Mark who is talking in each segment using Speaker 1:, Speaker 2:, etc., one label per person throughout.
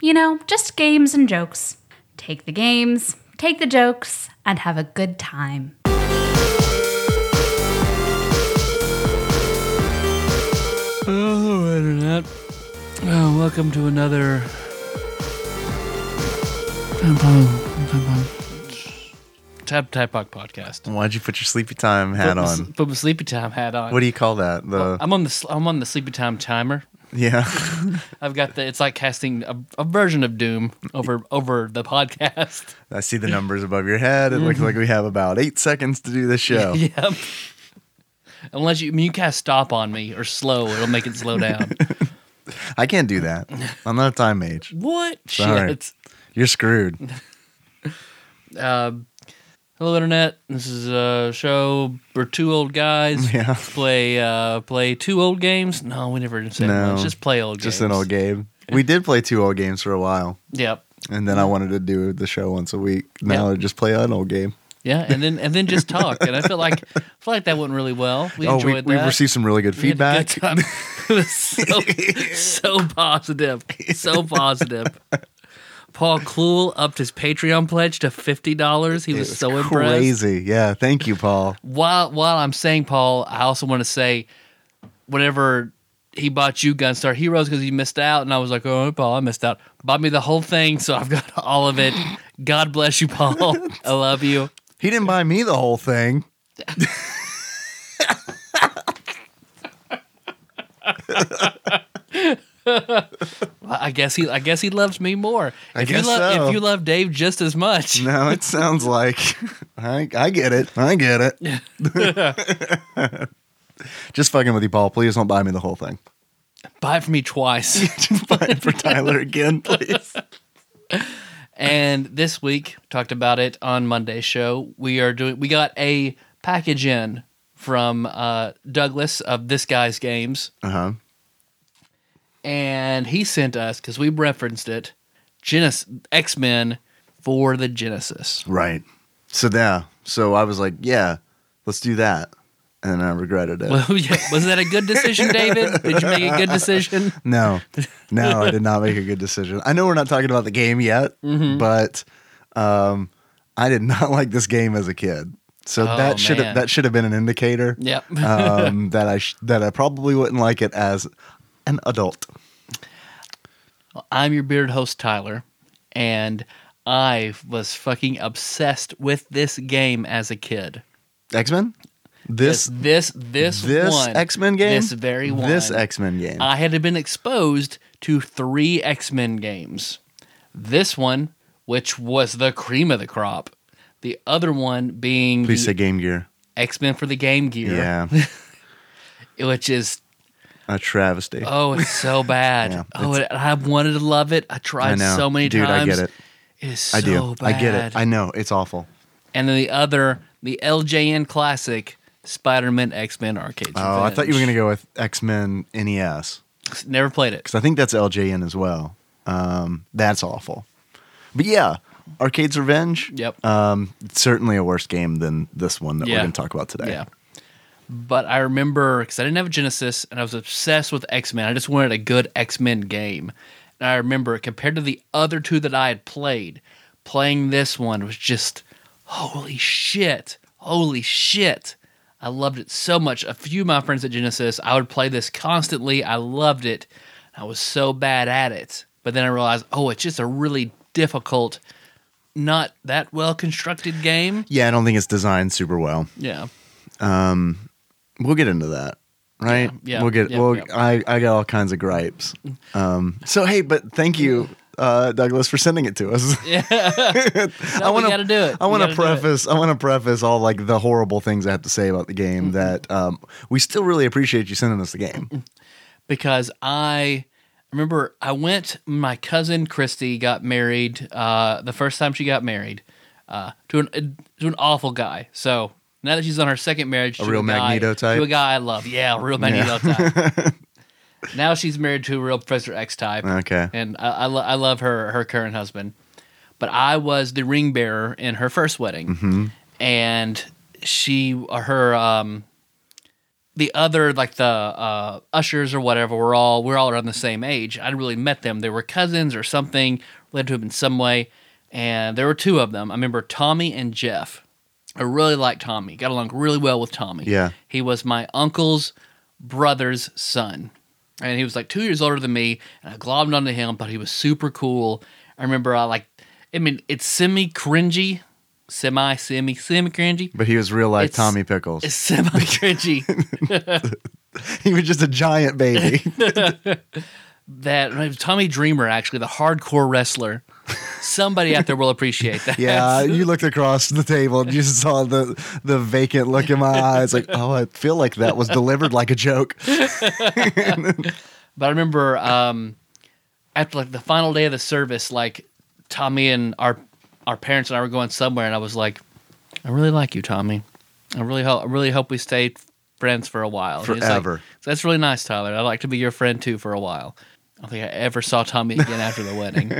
Speaker 1: You know, just games and jokes. Take the games, take the jokes, and have a good time.
Speaker 2: Hello, Internet. Oh, welcome to another. Tap Tap Puck podcast.
Speaker 3: Why'd you put your sleepy time hat
Speaker 2: put my-
Speaker 3: on?
Speaker 2: put my sleepy time hat on.
Speaker 3: What do you call that? The
Speaker 2: I'm on the sl- I'm on the sleepy time timer.
Speaker 3: yeah,
Speaker 2: I've got the. It's like casting a, a version of Doom over over the podcast.
Speaker 3: I see the numbers above your head. It
Speaker 2: Mm-hmm.
Speaker 3: looks like we have about eight seconds to do this show.
Speaker 2: yep. Unless you, I mean, you cast stop on me or slow, it'll make it slow down.
Speaker 3: I can't do that. I'm not a time mage.
Speaker 2: what?
Speaker 3: Sorry.
Speaker 2: Shit.
Speaker 3: You're screwed.
Speaker 2: Um, hello, internet. This is a show where two old guys
Speaker 3: Yeah.
Speaker 2: play uh, play two old games. No, we never said
Speaker 3: No.
Speaker 2: much. Just play old games.
Speaker 3: Just an old game. We did play two old games for a while,
Speaker 2: Yep.
Speaker 3: and then I wanted to do the show once a week. Now I just play an old game.
Speaker 2: Yeah, and then and then just talk. And I feel like I feel like that went really well. We
Speaker 3: oh, we,
Speaker 2: enjoyed
Speaker 3: we
Speaker 2: that.
Speaker 3: received some really good
Speaker 2: We had a
Speaker 3: feedback.
Speaker 2: good time. it was so, so positive. So positive. Paul Kluhl upped his Patreon pledge to fifty dollars. He
Speaker 3: It
Speaker 2: was,
Speaker 3: was
Speaker 2: so impressed.
Speaker 3: crazy. Yeah, thank you, Paul.
Speaker 2: while while I'm saying Paul, I also want to say whatever he bought you Gunstar Heroes because you missed out, and I was like, oh Paul, I missed out. Bought me the whole thing, so I've got all of it. God bless you, Paul. I love you.
Speaker 3: He didn't buy me the whole thing.
Speaker 2: I I guess he I guess he loves me more.
Speaker 3: I
Speaker 2: if
Speaker 3: guess
Speaker 2: you love
Speaker 3: so.
Speaker 2: if you love Dave just as much.
Speaker 3: No, it sounds like I, I get it. I get it. Just fucking with you, Paul. Please don't buy me the whole thing.
Speaker 2: Buy it for me twice.
Speaker 3: Just buy it for Tyler again, please.
Speaker 2: and this week talked about it on Monday's show. We are doing we got a package in from uh, Douglas of This Guy's Games.
Speaker 3: Uh huh.
Speaker 2: and he sent us because we referenced it Genesis X Men for the Genesis.
Speaker 3: Right. So yeah. So I was like, yeah, let's do that, and I regretted it.
Speaker 2: Well, yeah, was that a good decision, David? Did you make a good decision?
Speaker 3: No, no, I did not make a good decision. I know we're not talking about the game yet,
Speaker 2: Mm-hmm.
Speaker 3: but um, I did not like this game as a kid. So
Speaker 2: Oh,
Speaker 3: that should
Speaker 2: man.
Speaker 3: have that should have been an indicator.
Speaker 2: Yep.
Speaker 3: um, that I sh- that I probably wouldn't like it as an adult.
Speaker 2: I'm your beard host, Tyler, and I was fucking obsessed with this game as a kid.
Speaker 3: X Men. This
Speaker 2: this this
Speaker 3: this
Speaker 2: one
Speaker 3: X Men game.
Speaker 2: this very one
Speaker 3: This X Men game.
Speaker 2: I had been exposed to three X Men games. This one, which was the cream of the crop. The other one being
Speaker 3: Please
Speaker 2: the
Speaker 3: say Game Gear.
Speaker 2: X Men for the Game Gear,
Speaker 3: Yeah,
Speaker 2: which is
Speaker 3: a travesty.
Speaker 2: oh, it's so bad.
Speaker 3: Yeah,
Speaker 2: oh, it, I wanted to love it. I tried
Speaker 3: I know,
Speaker 2: so many
Speaker 3: dude.
Speaker 2: times.
Speaker 3: I get it.
Speaker 2: It is so
Speaker 3: I do.
Speaker 2: bad.
Speaker 3: I get it. I know it's awful.
Speaker 2: and then the other, the LJN classic, Spider Man X Men Arcade.
Speaker 3: Oh, I thought you were gonna go with X Men NES
Speaker 2: go. Never played it.
Speaker 3: because I think that's LJN as well. Um, that's awful. But yeah, Arcade's Revenge.
Speaker 2: Yep.
Speaker 3: Um, it's certainly a worse game than this one that
Speaker 2: Yeah.
Speaker 3: we're gonna talk about today.
Speaker 2: Yeah. But I remember because I didn't have a Genesis and I was obsessed with X Men. I just wanted a good X Men game. And I remember compared to the other two that I had played, playing this one was just holy shit. Holy shit. I loved it so much. A few of my friends at Genesis, I would play this constantly. I loved it. I was so bad at it. But then I realized, oh, it's just a really difficult, not that well constructed game.
Speaker 3: Yeah, I don't think it's designed super well.
Speaker 2: Yeah.
Speaker 3: we'll get into that right
Speaker 2: Yeah, yeah,
Speaker 3: we'll get
Speaker 2: yeah,
Speaker 3: well
Speaker 2: yeah.
Speaker 3: I, I got all kinds of gripes um so hey but thank you uh douglas for sending it to us i
Speaker 2: we
Speaker 3: want
Speaker 2: gotta do it.
Speaker 3: i
Speaker 2: We
Speaker 3: want
Speaker 2: gotta do
Speaker 3: to
Speaker 2: it.
Speaker 3: preface i want to preface all like the horrible things i have to say about the
Speaker 2: Mm-hmm.
Speaker 3: game that um we still really appreciate you sending us the game
Speaker 2: because I remember I went. My cousin Christy got married. Uh, the first time she got married uh, to an to an awful guy. So now that she's on her second marriage,
Speaker 3: A
Speaker 2: to
Speaker 3: real
Speaker 2: guy-
Speaker 3: Magneto type?
Speaker 2: to a guy I love. Yeah, a real Magneto type. now she's married to a real Professor X type.
Speaker 3: Okay.
Speaker 2: and I I, lo- I love her her current husband, but I was the ring bearer in her first wedding,
Speaker 3: Mm-hmm.
Speaker 2: and she her um the other like the uh, ushers or whatever were all we're all around the same age. I'd really met them. They were cousins or something related to them in some way. And there were two of them. I remember Tommy and Jeff. I really liked Tommy. Got along really well with Tommy.
Speaker 3: Yeah.
Speaker 2: he was my uncle's brother's son, and he was like two years older than me. And I glommed onto him, but he was super cool. I remember I like. I mean, it's semi cringy, semi semi semi cringy.
Speaker 3: But he was real life
Speaker 2: It's-
Speaker 3: Tommy Pickles.
Speaker 2: It's semi cringy.
Speaker 3: He was just a giant baby.
Speaker 2: that Tommy Dreamer, actually, the hardcore wrestler. Somebody out there will appreciate that.
Speaker 3: yeah, you looked across the table and you saw the the vacant look in my eyes. Like, oh, I feel like that was delivered like a joke.
Speaker 2: But I remember um, after like the final day of the service, like Tommy and our our parents and I were going somewhere, and I was like, "I really like you, Tommy. I really hope I really hope we stay friends for a while." And he's like,
Speaker 3: Forever.
Speaker 2: That's really nice, Tyler. I'd like to be your friend too for a while. I don't think I ever saw Tommy again after the wedding.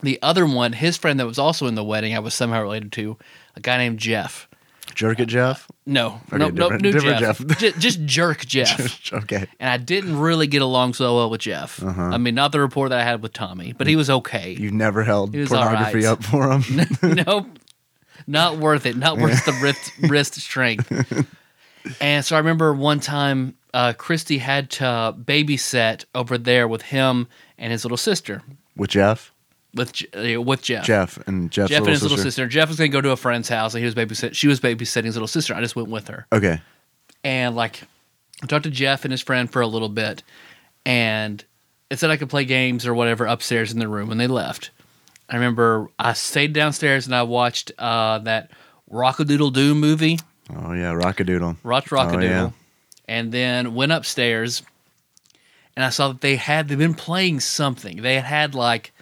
Speaker 2: The other one, his friend that was also in the wedding, I was somehow related to, a guy named Jeff.
Speaker 3: Jerk it, Jeff.
Speaker 2: No,
Speaker 3: Okay,
Speaker 2: no, no,
Speaker 3: different-
Speaker 2: new
Speaker 3: different
Speaker 2: Jeff.
Speaker 3: Jeff.
Speaker 2: Ju- just jerk Jeff.
Speaker 3: Okay.
Speaker 2: and I didn't really get along so well with Jeff.
Speaker 3: Uh-huh.
Speaker 2: I mean, not the rapport that I had with Tommy, but he was okay.
Speaker 3: You've never held
Speaker 2: He was
Speaker 3: pornography
Speaker 2: all right.
Speaker 3: up for him.
Speaker 2: nope, not worth it. Not worth the wrist, wrist strength. And so I remember one time uh, Christy had to babysit over there with him and his little sister
Speaker 3: With Jeff?
Speaker 2: with J- uh, with Jeff.
Speaker 3: Jeff and Jeff's
Speaker 2: Jeff and
Speaker 3: little
Speaker 2: his
Speaker 3: sister.
Speaker 2: little sister. Jeff was gonna go to a friend's house, and he was babysit. She was babysitting his little sister. I just went with her.
Speaker 3: Okay.
Speaker 2: and like I talked to Jeff and his friend for a little bit, and it said I could play games or whatever upstairs in the room, and they left. I remember I stayed downstairs and I watched uh, that Rockadoodle Doo movie,
Speaker 3: Oh yeah, Rockadoodle.
Speaker 2: Watch Rockadoodle,
Speaker 3: Oh, yeah.
Speaker 2: and then went upstairs, and I saw that they had they've been playing something. They had had like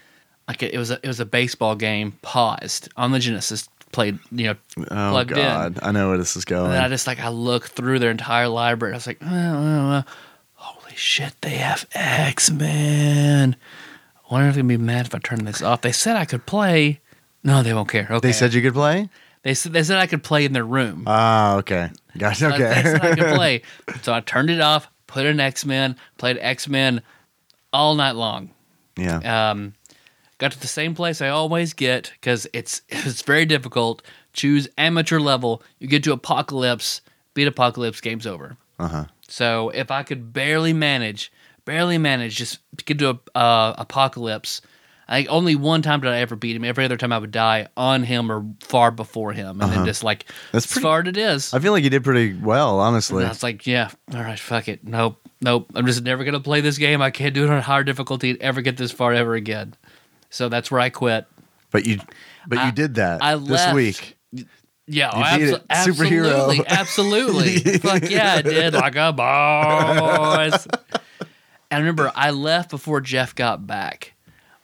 Speaker 2: like it was a, it was a baseball game paused on the Genesis played you know
Speaker 3: Oh
Speaker 2: plugged in.
Speaker 3: God, I know where this is going.
Speaker 2: And then I just like I looked through their entire library. I was like, "Oh, oh, oh. holy shit, they have X Men. I wonder if they'd be mad if I turn this off. They said I could play. No, they won't care. Okay.
Speaker 3: they said you could play.
Speaker 2: they said they said I could play in their room.
Speaker 3: Ah, okay. Gotcha.
Speaker 2: They- They said
Speaker 3: Okay.
Speaker 2: I could play. So I turned it off. Put in X Men. Played X Men all night long.
Speaker 3: yeah.
Speaker 2: Um, got to the same place I always get because it's it's very difficult. Choose amateur level. You get to apocalypse. Beat apocalypse. Game's over.
Speaker 3: Uh huh.
Speaker 2: So if I could barely manage, barely manage, just to get to a, uh, apocalypse. I think only one time did I ever beat him. Every other time I would die on him or far before him, and then just like
Speaker 3: Uh-huh. That's
Speaker 2: as
Speaker 3: pretty-
Speaker 2: far as it is.
Speaker 3: I feel like you did pretty well, honestly.
Speaker 2: And I was like, yeah, all right, fuck it. Nope, nope. I'm just never going to play this game. I can't do it on higher difficulty and ever get this far ever again. So that's where I quit.
Speaker 3: But you, but
Speaker 2: I-
Speaker 3: you did that
Speaker 2: I
Speaker 3: this
Speaker 2: left.
Speaker 3: week.
Speaker 2: Yeah,
Speaker 3: You beat it.
Speaker 2: absolutely,
Speaker 3: Superhero.
Speaker 2: absolutely. Fuck yeah, I did like a boss. And I remember I left before Jeff got back,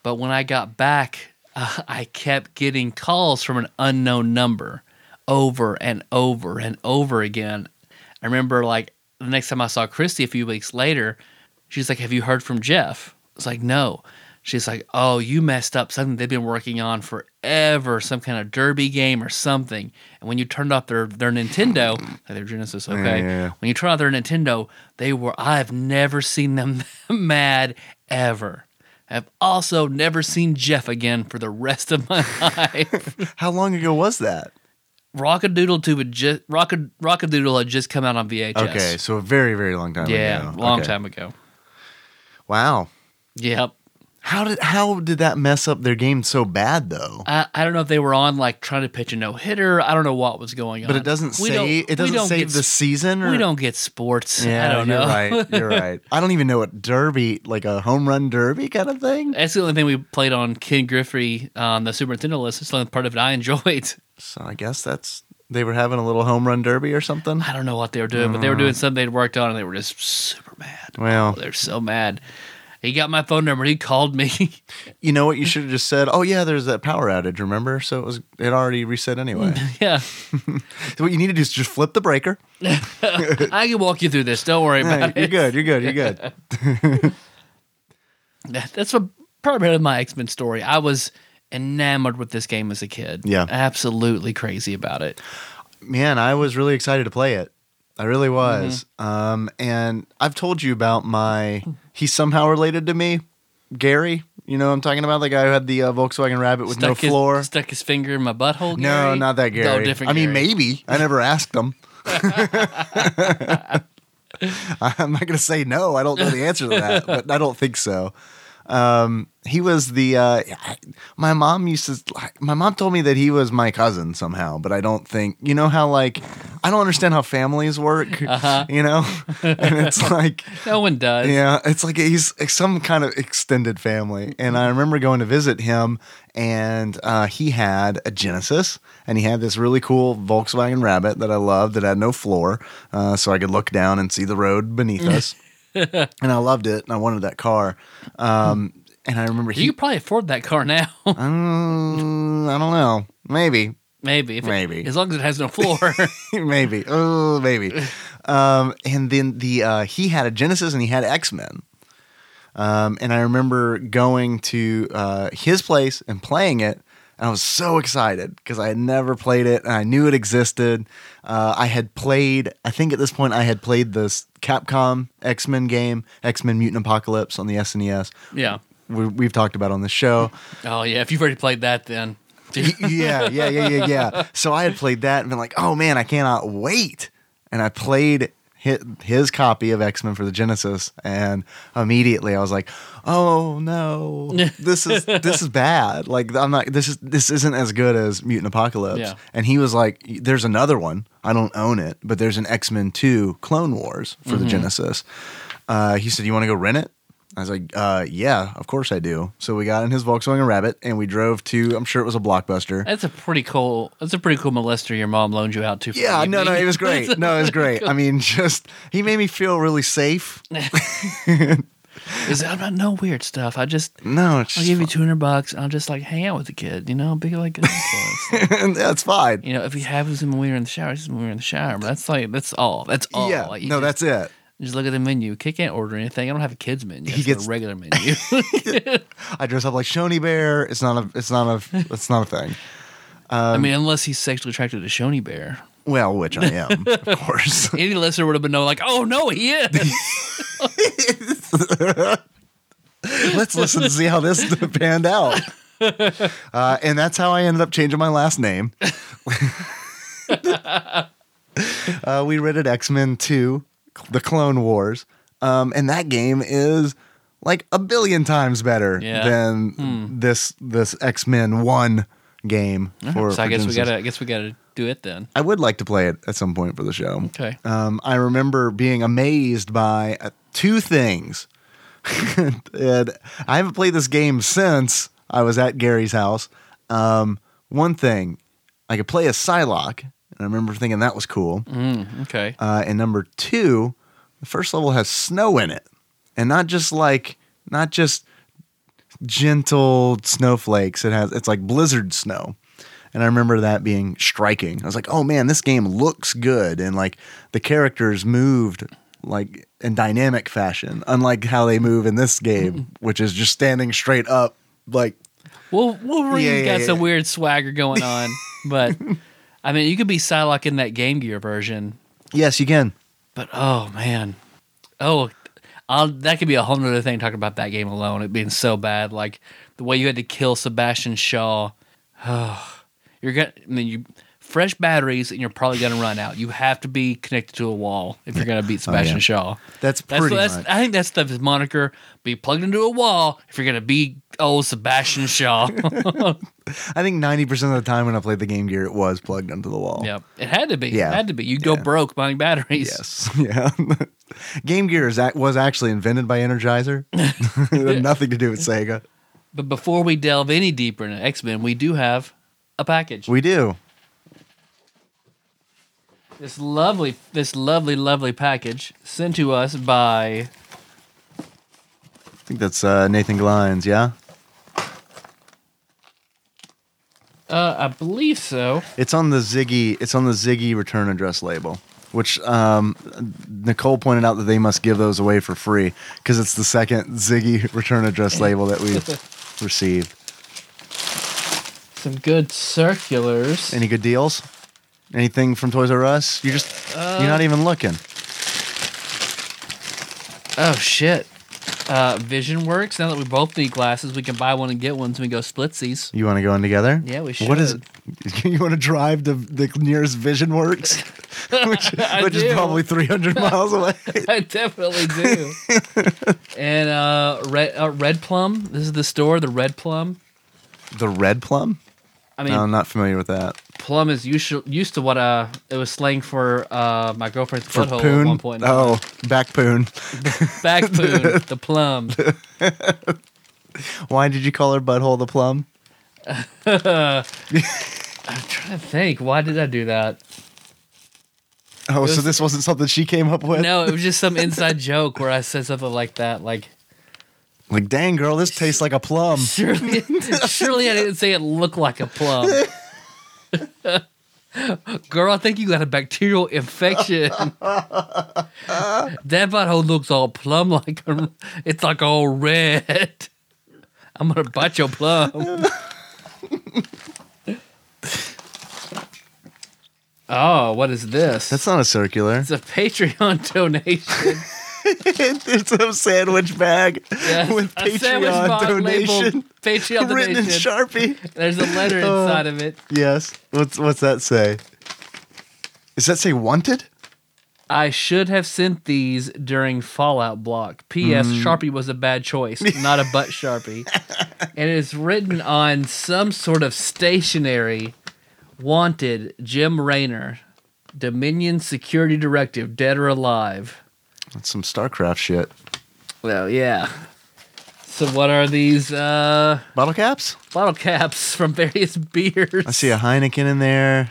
Speaker 2: but when I got back, uh, I kept getting calls from an unknown number over and over and over again. I remember like the next time I saw Christy a few weeks later, she's like, "Have you heard from Jeff?" I was like, "No." She's like, "Oh, you messed up something they've been working on forever, some kind of derby game or something." And when you turned off their their Nintendo, their Genesis, okay.
Speaker 3: yeah, yeah.
Speaker 2: When you turn off their Nintendo, they were I've never seen them mad ever. I've also never seen Jeff again for the rest of my life.
Speaker 3: How long ago was that?
Speaker 2: Rockadoodle Two had just Rock Rockadoodle had just come out on VHS.
Speaker 3: Okay, so a very, very long time ago.
Speaker 2: yeah, long
Speaker 3: Okay.
Speaker 2: time ago.
Speaker 3: Wow.
Speaker 2: Yep.
Speaker 3: How did how did that mess up their game so bad though?
Speaker 2: I, I don't know if they were on like trying to pitch a no hitter. I don't know what was going on.
Speaker 3: But it doesn't
Speaker 2: We don't-
Speaker 3: say
Speaker 2: we
Speaker 3: it doesn't
Speaker 2: don't
Speaker 3: save
Speaker 2: get
Speaker 3: the
Speaker 2: s-
Speaker 3: season. Or,
Speaker 2: We don't get sports.
Speaker 3: Yeah,
Speaker 2: I don't
Speaker 3: you're
Speaker 2: know.
Speaker 3: right. You're right. I don't even know what derby, like a home run derby kind of thing.
Speaker 2: That's the only thing we played on Ken Griffey on the Super Nintendo list. It's the only part of it I enjoyed.
Speaker 3: So I guess that's they were having a little home run derby or something.
Speaker 2: I don't
Speaker 3: Uh-huh.
Speaker 2: know what they were doing, but they were doing something they'd worked on and they were just super mad.
Speaker 3: Well,
Speaker 2: They're so mad. He got my phone number. He called me.
Speaker 3: You know what? You should have just said, "Oh yeah, there's that power outage." Remember? So it was it already reset anyway.
Speaker 2: yeah.
Speaker 3: so what you need to do is just flip the breaker.
Speaker 2: I can walk you through this. Don't worry
Speaker 3: Hey,
Speaker 2: about
Speaker 3: you're
Speaker 2: it.
Speaker 3: good. You're good. You're good.
Speaker 2: That- That's what primarily my X Men story. I was enamored with this game as a kid.
Speaker 3: Yeah.
Speaker 2: absolutely crazy about it.
Speaker 3: Man, I was really excited to play it. I really was.
Speaker 2: Mm-hmm.
Speaker 3: Um, and I've told you about my. He's somehow related to me, Gary. You know, who I'm talking about the guy who had the uh, Volkswagen Rabbit with no
Speaker 2: his,
Speaker 3: floor.
Speaker 2: Stuck his finger in my butthole.
Speaker 3: No,
Speaker 2: Gary?
Speaker 3: not that
Speaker 2: No,
Speaker 3: Gary.
Speaker 2: different.
Speaker 3: I mean,
Speaker 2: Gary.
Speaker 3: maybe. I never asked him. I'm not going to say no. I don't know the answer to that, but I don't think so. Um, he was the. Uh, I- my mom used to. My mom told me that he was my cousin somehow, but I don't think. You know how like I don't understand how families work.
Speaker 2: Uh-huh.
Speaker 3: You know, and it's like
Speaker 2: no one does.
Speaker 3: yeah, it's like he's some kind of extended family. And I remember going to visit him, and uh, he had a Genesis, and he had this really cool Volkswagen Rabbit that I loved that had no floor, uh, so I could look down and see the road beneath us. and I loved it, and I wanted that car. Um, and I remember he,
Speaker 2: You could probably afford that car now,
Speaker 3: Mm, I don't know, maybe,
Speaker 2: maybe. if it-
Speaker 3: Maybe.
Speaker 2: as long as it has no floor.
Speaker 3: maybe, oh, maybe. Um, and then the uh, he had a Genesis, and he had X Men. Um, and I remember going to uh, his place and playing it. And I was so excited because I had never played it and I knew it existed. Uh, I had played, I think at this point, I had played this Capcom X Men game, X Men Mutant Apocalypse on the SNES.
Speaker 2: yeah.
Speaker 3: We, we've talked about on the show.
Speaker 2: Oh yeah. If you've already played that, then
Speaker 3: Y- yeah, yeah, yeah, yeah, yeah. So I had played that and been like, oh man, I cannot wait. And I played his, his copy of X Men for the Genesis, and immediately I was like, oh no, this is this is bad. Like I'm not this is this isn't as good as Mutant Apocalypse.
Speaker 2: Yeah.
Speaker 3: And he was like, there's another one. I don't own it, but there's an X Men Two Clone Wars for the
Speaker 2: Mm-hmm.
Speaker 3: Genesis. Uh, he said, you want to go rent it? I was like, uh, yeah, of course I do. So we got in his Volkswagen Rabbit and we drove to, I'm sure it was a blockbuster.
Speaker 2: that's a pretty cool. That's a pretty cool molester your mom loaned you out to. for
Speaker 3: Yeah,
Speaker 2: the
Speaker 3: no, no,
Speaker 2: evening.
Speaker 3: it was great. No, it was great. I mean, just he made me feel really safe.
Speaker 2: It's- I'm not no weird stuff. I just
Speaker 3: No, it's
Speaker 2: I'll
Speaker 3: just,
Speaker 2: give you two hundred bucks. and I'll just like hang out with the kid. You know, be like an influence.
Speaker 3: that's fine.
Speaker 2: you know, if he happens when we were in the shower, just when we were in the shower. But that's like that's all. That's all.
Speaker 3: yeah,
Speaker 2: Like, you
Speaker 3: no,
Speaker 2: just-
Speaker 3: that's it.
Speaker 2: Just look at the menu. Kid can't order anything. I don't have a kids menu. He
Speaker 3: gets- Um,
Speaker 2: a regular menu.
Speaker 3: I dress up like Shoney Bear. It's not a, it's not a, it's not a thing.
Speaker 2: I mean, unless he's sexually attracted to Shoney Bear.
Speaker 3: Well, which I am, of course.
Speaker 2: Any listener would have been no like, oh no, he is.
Speaker 3: Let's listen to see how this panned out. Uh, and that's how I ended up changing my last name. uh, we rented X Men 2, The Clone Wars. Um, and that game is like a billion times better
Speaker 2: Yeah. Hmm.
Speaker 3: than this this X Men 1 game. For,
Speaker 2: so I guess we
Speaker 3: for Genesis.
Speaker 2: gotta. I guess we gotta do it then.
Speaker 3: I would like to play it at some point for the show.
Speaker 2: Okay.
Speaker 3: Um, I remember being amazed by uh, two things. and I haven't played this game since I was at Gary's house. Um, one thing, I could play as Psylocke, and I remember thinking that was cool.
Speaker 2: Okay.
Speaker 3: Uh, and number two, the first level has snow in it, and not just like not just gentle snowflakes. It has it's like blizzard snow, and I remember that being striking. I was like, oh man, this game looks good, and like the characters moved like in dynamic fashion, unlike how they move in this
Speaker 2: Mm.
Speaker 3: game, which is just standing straight up like
Speaker 2: Well, Wolverine's
Speaker 3: Yeah, yeah,
Speaker 2: got
Speaker 3: yeah.
Speaker 2: some weird swagger going on, but I mean, you could be Psylocke in that Game Gear version,
Speaker 3: yes, you can.
Speaker 2: but oh man, oh, I'll, that could be a whole nother thing talking about that game alone. It being so bad, like the way you had to kill Sebastian Shaw. you're gonna, I mean, you fresh batteries, and you're probably gonna run out. You have to be connected to a wall if you're gonna beat Sebastian Shaw.
Speaker 3: That's
Speaker 2: That's,
Speaker 3: Oh, pretty
Speaker 2: that's
Speaker 3: much.
Speaker 2: I think that's the his moniker. Be plugged into a wall if you're gonna be old Sebastian Shaw.
Speaker 3: I think ninety percent of the time when I played the Game Gear, it was plugged into the wall.
Speaker 2: Yep. It had to be.
Speaker 3: Yeah.
Speaker 2: It had to be. You go broke buying batteries.
Speaker 3: Yes. Yeah. Game Gear is, ac- was actually invented by Energizer. It had nothing to do with Sega.
Speaker 2: But before we delve any deeper into X Men, we do have a package.
Speaker 3: We do.
Speaker 2: this lovely, this lovely, lovely package sent to us by
Speaker 3: think that's uh, Nathan Glines, yeah?
Speaker 2: Uh, I believe so.
Speaker 3: It's on the Ziggy. It's on the Ziggy return address label, which um, Nicole pointed out that they must give those away for free because it's the second Ziggy return address label that we've received.
Speaker 2: Some good circulars.
Speaker 3: Any good deals? Anything from Toys R Us? You're just you're not even looking.
Speaker 2: oh shit. Uh, Vision Works. Now that we both need glasses, we can buy one and get one, so we go splitsies.
Speaker 3: You want to go in together?
Speaker 2: Yeah, we
Speaker 3: What is?
Speaker 2: should.
Speaker 3: You want to drive to the nearest Vision Works, which,
Speaker 2: I
Speaker 3: which is
Speaker 2: do.
Speaker 3: probably 300 miles away.
Speaker 2: I definitely do. and uh, red uh, red plum. This is the store. The red plum.
Speaker 3: the red plum?
Speaker 2: I mean,
Speaker 3: No, I'm not familiar with that.
Speaker 2: plum is usual, used to what uh it was slang for uh my girlfriend's
Speaker 3: For
Speaker 2: butthole
Speaker 3: poon?
Speaker 2: at one point.
Speaker 3: Oh, back poon.
Speaker 2: Back poon, the plum.
Speaker 3: Why did you call her butthole the plum?
Speaker 2: I'm trying to think. Why did I do that?
Speaker 3: Oh,
Speaker 2: was-
Speaker 3: so this wasn't something she came up with?
Speaker 2: No, it was just some inside joke where I said something like that. Like
Speaker 3: Like, dang, girl, this tastes like a plum.
Speaker 2: surely, surely I didn't say it looked like a plum. Girl, I think you got a bacterial infection. that butthole looks all plum like a, it's like all red. I'm gonna bite your plum. oh, what is this?
Speaker 3: That's not a circular.
Speaker 2: it's a Patreon donation.
Speaker 3: it's a sandwich bag
Speaker 2: Yes,
Speaker 3: with
Speaker 2: a sandwich
Speaker 3: Patreon
Speaker 2: box
Speaker 3: donation
Speaker 2: labeled Patreon
Speaker 3: written in
Speaker 2: donation.
Speaker 3: Sharpie.
Speaker 2: There's a letter
Speaker 3: Oh.
Speaker 2: inside of it.
Speaker 3: Yes. What's what's that say? Does that say wanted?
Speaker 2: I should have sent these during Fallout block. P.S. Sharpie was a bad choice, not a butt Sharpie. and it's written on some sort of stationery. Wanted Jim Raynor, Dominion Security Directive, dead or alive.
Speaker 3: That's some StarCraft shit.
Speaker 2: Well, yeah. So, what are these uh,
Speaker 3: Bottle caps?
Speaker 2: bottle caps from various beers?
Speaker 3: I see a Heineken in there.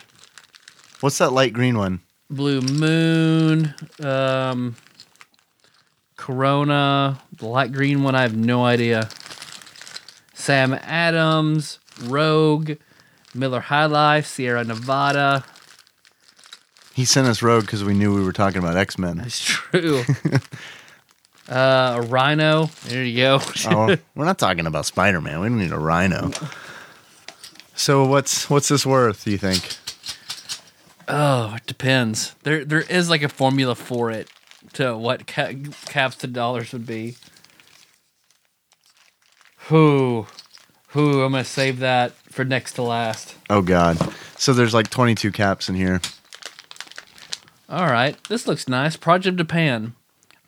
Speaker 3: What's that light green one?
Speaker 2: Blue Moon, um, Corona, the light green one, I have no idea. Sam Adams, Rogue, Miller High Life, Sierra Nevada.
Speaker 3: He sent us Rogue because we knew we were talking about X Men.
Speaker 2: It's true. uh, Rhino, there you go.
Speaker 3: Oh, we're not talking about Spider Man. We don't need a Rhino. So what's what's this worth? Do you think?
Speaker 2: Oh, it depends. There, there is like a formula for it to what ca- caps to dollars would be. Who, who? I'm gonna save that for next to last.
Speaker 3: Oh God! So there's like 22 caps in here.
Speaker 2: All right, this looks nice. Project Japan,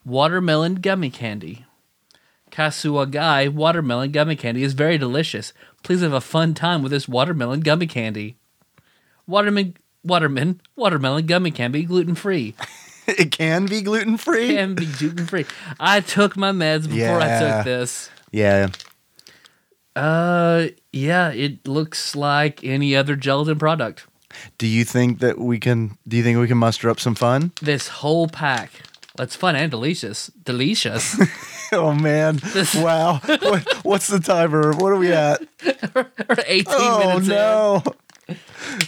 Speaker 2: watermelon gummy candy. Kasuagai watermelon gummy candy is very delicious. Please have a fun time with this watermelon gummy candy. Waterman, waterman, watermelon gummy can be gluten free.
Speaker 3: It can be gluten free.
Speaker 2: Can be gluten free. I took my meds before I
Speaker 3: Yeah.
Speaker 2: took this.
Speaker 3: Yeah.
Speaker 2: Uh, yeah, it looks like any other gelatin product.
Speaker 3: Do you think that we can? Do you think we can muster up some fun?
Speaker 2: This whole pack. That's fun and delicious. Delicious.
Speaker 3: Oh man! Wow. what, what's the timer? What are we at?
Speaker 2: 18
Speaker 3: Oh
Speaker 2: minutes in.
Speaker 3: no!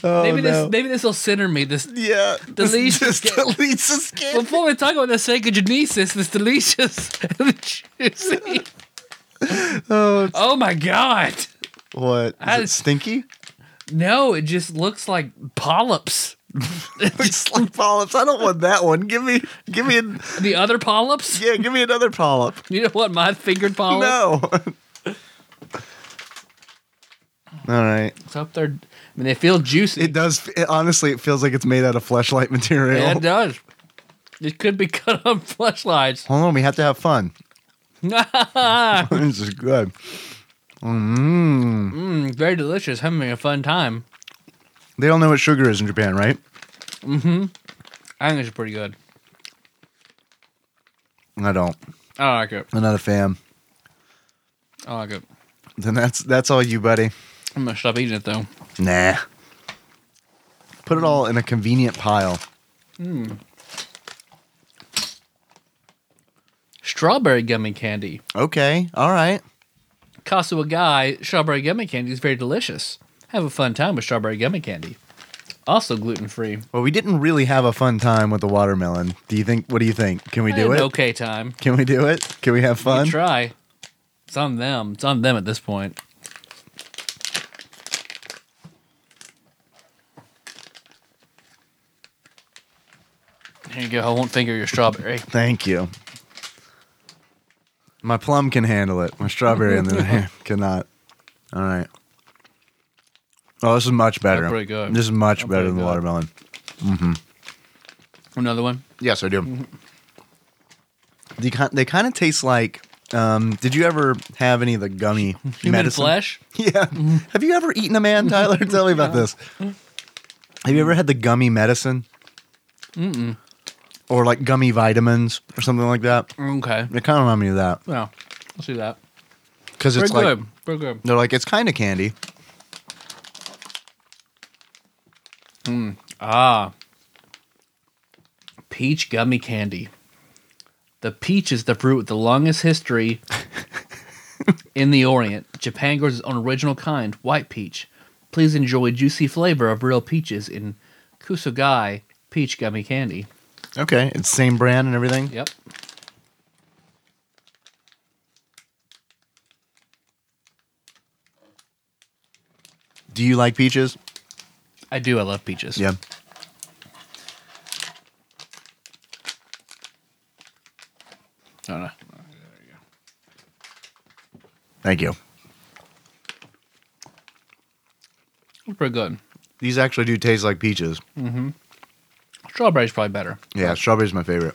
Speaker 3: Oh
Speaker 2: Maybe
Speaker 3: no!
Speaker 2: this maybe this will center me. This
Speaker 3: yeah.
Speaker 2: Delete
Speaker 3: This, this
Speaker 2: escape.
Speaker 3: deletes this game.
Speaker 2: before we talk about the sacred genesis, this delicious and juicy.
Speaker 3: Oh, it's-
Speaker 2: Oh my god.
Speaker 3: what? Is
Speaker 2: I-
Speaker 3: it stinky?
Speaker 2: No, it just looks like polyps.
Speaker 3: It's like polyps. I don't want that one. Give me, give me, an,
Speaker 2: The other polyps?
Speaker 3: yeah, give me another polyp.
Speaker 2: You know what my fingered polyp?
Speaker 3: No. All right.
Speaker 2: It's up there. I mean they feel juicy.
Speaker 3: It does. It, honestly, it feels like it's made out of fleshlight material.
Speaker 2: Yeah, it does. It could be cut on flashlights.
Speaker 3: Hold on, we have to have fun. this is good.
Speaker 2: Very delicious. Having a fun time.
Speaker 3: They all know what sugar is in Japan, right?
Speaker 2: I think it's pretty good.
Speaker 3: I don't.
Speaker 2: I like it.
Speaker 3: I'm not a fan.
Speaker 2: I like it.
Speaker 3: Then that's that's all you, buddy.
Speaker 2: I'm gonna stop eating it though.
Speaker 3: Nah. Put it all in a convenient pile.
Speaker 2: strawberry gummy candy.
Speaker 3: Okay. All right.
Speaker 2: Cost to a guy, strawberry gummy candy is very delicious. Have a fun time with strawberry gummy candy. Also gluten free.
Speaker 3: Well, we didn't really have a fun time with the watermelon. Do you think? What do you think? Can we do it?
Speaker 2: Okay, time.
Speaker 3: Can we do it? Can we have fun?
Speaker 2: Try. It's on them. It's on them at this point. Here you go. I won't finger your strawberry.
Speaker 3: Thank you. My plum can handle it. My strawberry, on the other hand, cannot. All right. Oh, this is much better.
Speaker 2: pretty good.
Speaker 3: This is much
Speaker 2: That's pretty
Speaker 3: better than the
Speaker 2: good.
Speaker 3: watermelon.
Speaker 2: Another one.
Speaker 3: Yes, I
Speaker 2: Mm-hmm.
Speaker 3: do. They kind they kind of taste like. Um, did you ever have any of the gummy
Speaker 2: Human
Speaker 3: medicine?
Speaker 2: flesh. Mm-hmm.
Speaker 3: Yeah. Have you ever eaten a man, Tyler? Tell me about this. Have you ever had the gummy medicine? Mm-mm. Or like gummy vitamins or something like that?
Speaker 2: Okay.
Speaker 3: It kind of reminds me of that
Speaker 2: Yeah. I'll see that.
Speaker 3: because
Speaker 2: Very
Speaker 3: it's like
Speaker 2: good. Very good.
Speaker 3: they're like it's kind of candy.
Speaker 2: Ah. Peach gummy candy. The peach is the fruit with the longest history in the Orient. Japan grows its own original kind, white peach. Please enjoy juicy flavor of real peaches in Kusugai peach gummy candy.
Speaker 3: Okay, it's same brand and everything.
Speaker 2: Yep.
Speaker 3: Do you like peaches?
Speaker 2: I do. I love peaches.
Speaker 3: Yeah.
Speaker 2: No, no.
Speaker 3: Thank you.
Speaker 2: It's pretty good.
Speaker 3: These actually do taste like peaches.
Speaker 2: Strawberry's probably better.
Speaker 3: Yeah, strawberry's my favorite.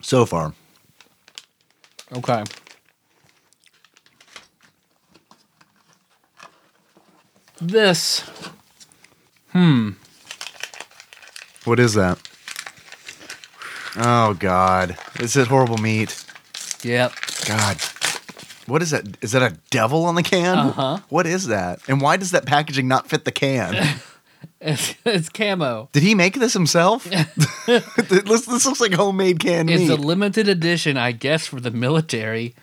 Speaker 3: So far.
Speaker 2: Okay. This
Speaker 3: What is that? Oh god. Is it horrible meat?
Speaker 2: Yep.
Speaker 3: God. What is that? Is that a devil on the can?
Speaker 2: Uh-huh.
Speaker 3: What is that? And why does that packaging not fit the can?
Speaker 2: It's, it's camo.
Speaker 3: Did he make this himself? this, this looks like homemade canned
Speaker 2: It's
Speaker 3: meat.
Speaker 2: a limited edition, I guess, for the military.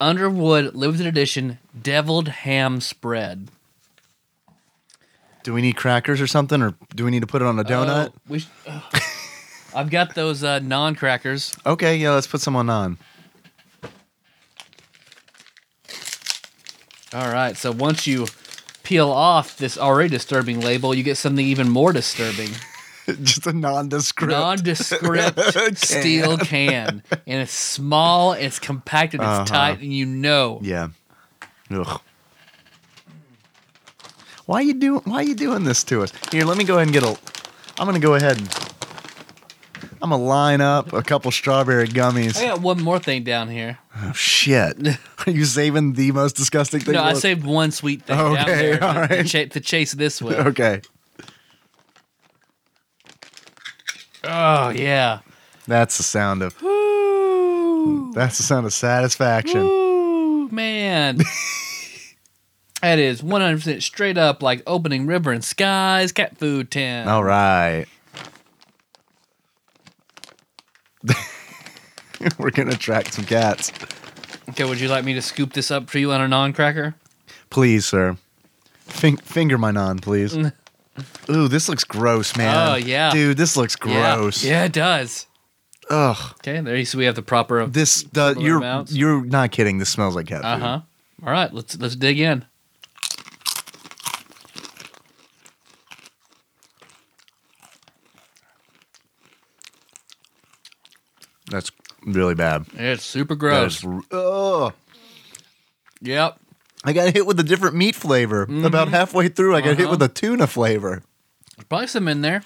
Speaker 2: Underwood limited edition deviled ham spread.
Speaker 3: do we need crackers or something, or do we need to put it on a donut?
Speaker 2: Oh, we sh- oh. I've got those uh, non crackers.
Speaker 3: Okay, yeah, let's put someone on.
Speaker 2: All right. So once you peel off this already disturbing label, you get something even more disturbing.
Speaker 3: Just a nondescript.
Speaker 2: Nondescript steel can. And it's small, it's compacted, it's
Speaker 3: Uh-huh.
Speaker 2: tight, and you know.
Speaker 3: yeah. Ugh. Why you doing? Why you doing this to us? Here, let me go ahead and get a. I'm gonna go ahead. and I'm gonna line up a couple strawberry gummies.
Speaker 2: I got one more thing down here.
Speaker 3: Oh shit! Are you saving the most disgusting thing?
Speaker 2: No, I
Speaker 3: to-
Speaker 2: saved one sweet thing down
Speaker 3: Okay,
Speaker 2: there
Speaker 3: all
Speaker 2: to- to,
Speaker 3: right.
Speaker 2: cha- to chase this with.
Speaker 3: Okay,
Speaker 2: Oh yeah.
Speaker 3: that's the sound of.
Speaker 2: Woo,
Speaker 3: That's the sound of satisfaction.
Speaker 2: woo, man. that is 100% straight up like opening river and skies cat food tin.
Speaker 3: All right. We're gonna attract some cats.
Speaker 2: Okay, would you like me to scoop this up for you on a non-cracker?
Speaker 3: Please, sir. Fing- finger my non, please. Ooh, this looks gross, man.
Speaker 2: Oh, yeah.
Speaker 3: Dude, this looks
Speaker 2: Yeah.
Speaker 3: gross.
Speaker 2: Yeah, it does.
Speaker 3: Ugh.
Speaker 2: Okay, there you see we have the proper
Speaker 3: This does.
Speaker 2: Similar
Speaker 3: You're
Speaker 2: amounts?
Speaker 3: you're not kidding. This smells like cat food.
Speaker 2: Uh-huh. All right, let's let's dig in.
Speaker 3: That's really bad.
Speaker 2: It's super
Speaker 3: That
Speaker 2: gross.
Speaker 3: is r- Ugh.
Speaker 2: Yep.
Speaker 3: I got hit with a different meat flavor. About halfway through, I got hit
Speaker 2: Mm-hmm. Uh-huh.
Speaker 3: with a tuna flavor.
Speaker 2: There's probably some in there.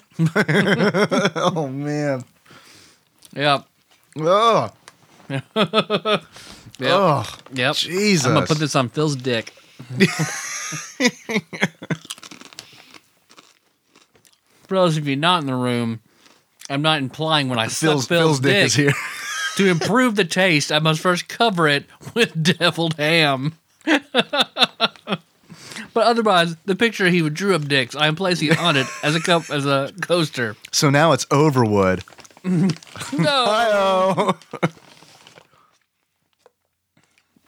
Speaker 3: Oh man. Oh,
Speaker 2: Yep.
Speaker 3: Ugh.
Speaker 2: Yep.
Speaker 3: Ugh.
Speaker 2: yep.
Speaker 3: oh, Jesus.
Speaker 2: I'm gonna put this on Phil's dick. For those of you not in the room, I'm not implying when I
Speaker 3: Phil's,
Speaker 2: suck Phil's,
Speaker 3: Phil's dick, is here.
Speaker 2: to improve the taste, I must first cover it with deviled ham. but otherwise, the picture he drew of dicks, I am placing on it as a cup as a coaster.
Speaker 3: So now it's Overwood.
Speaker 2: No.
Speaker 3: Oh,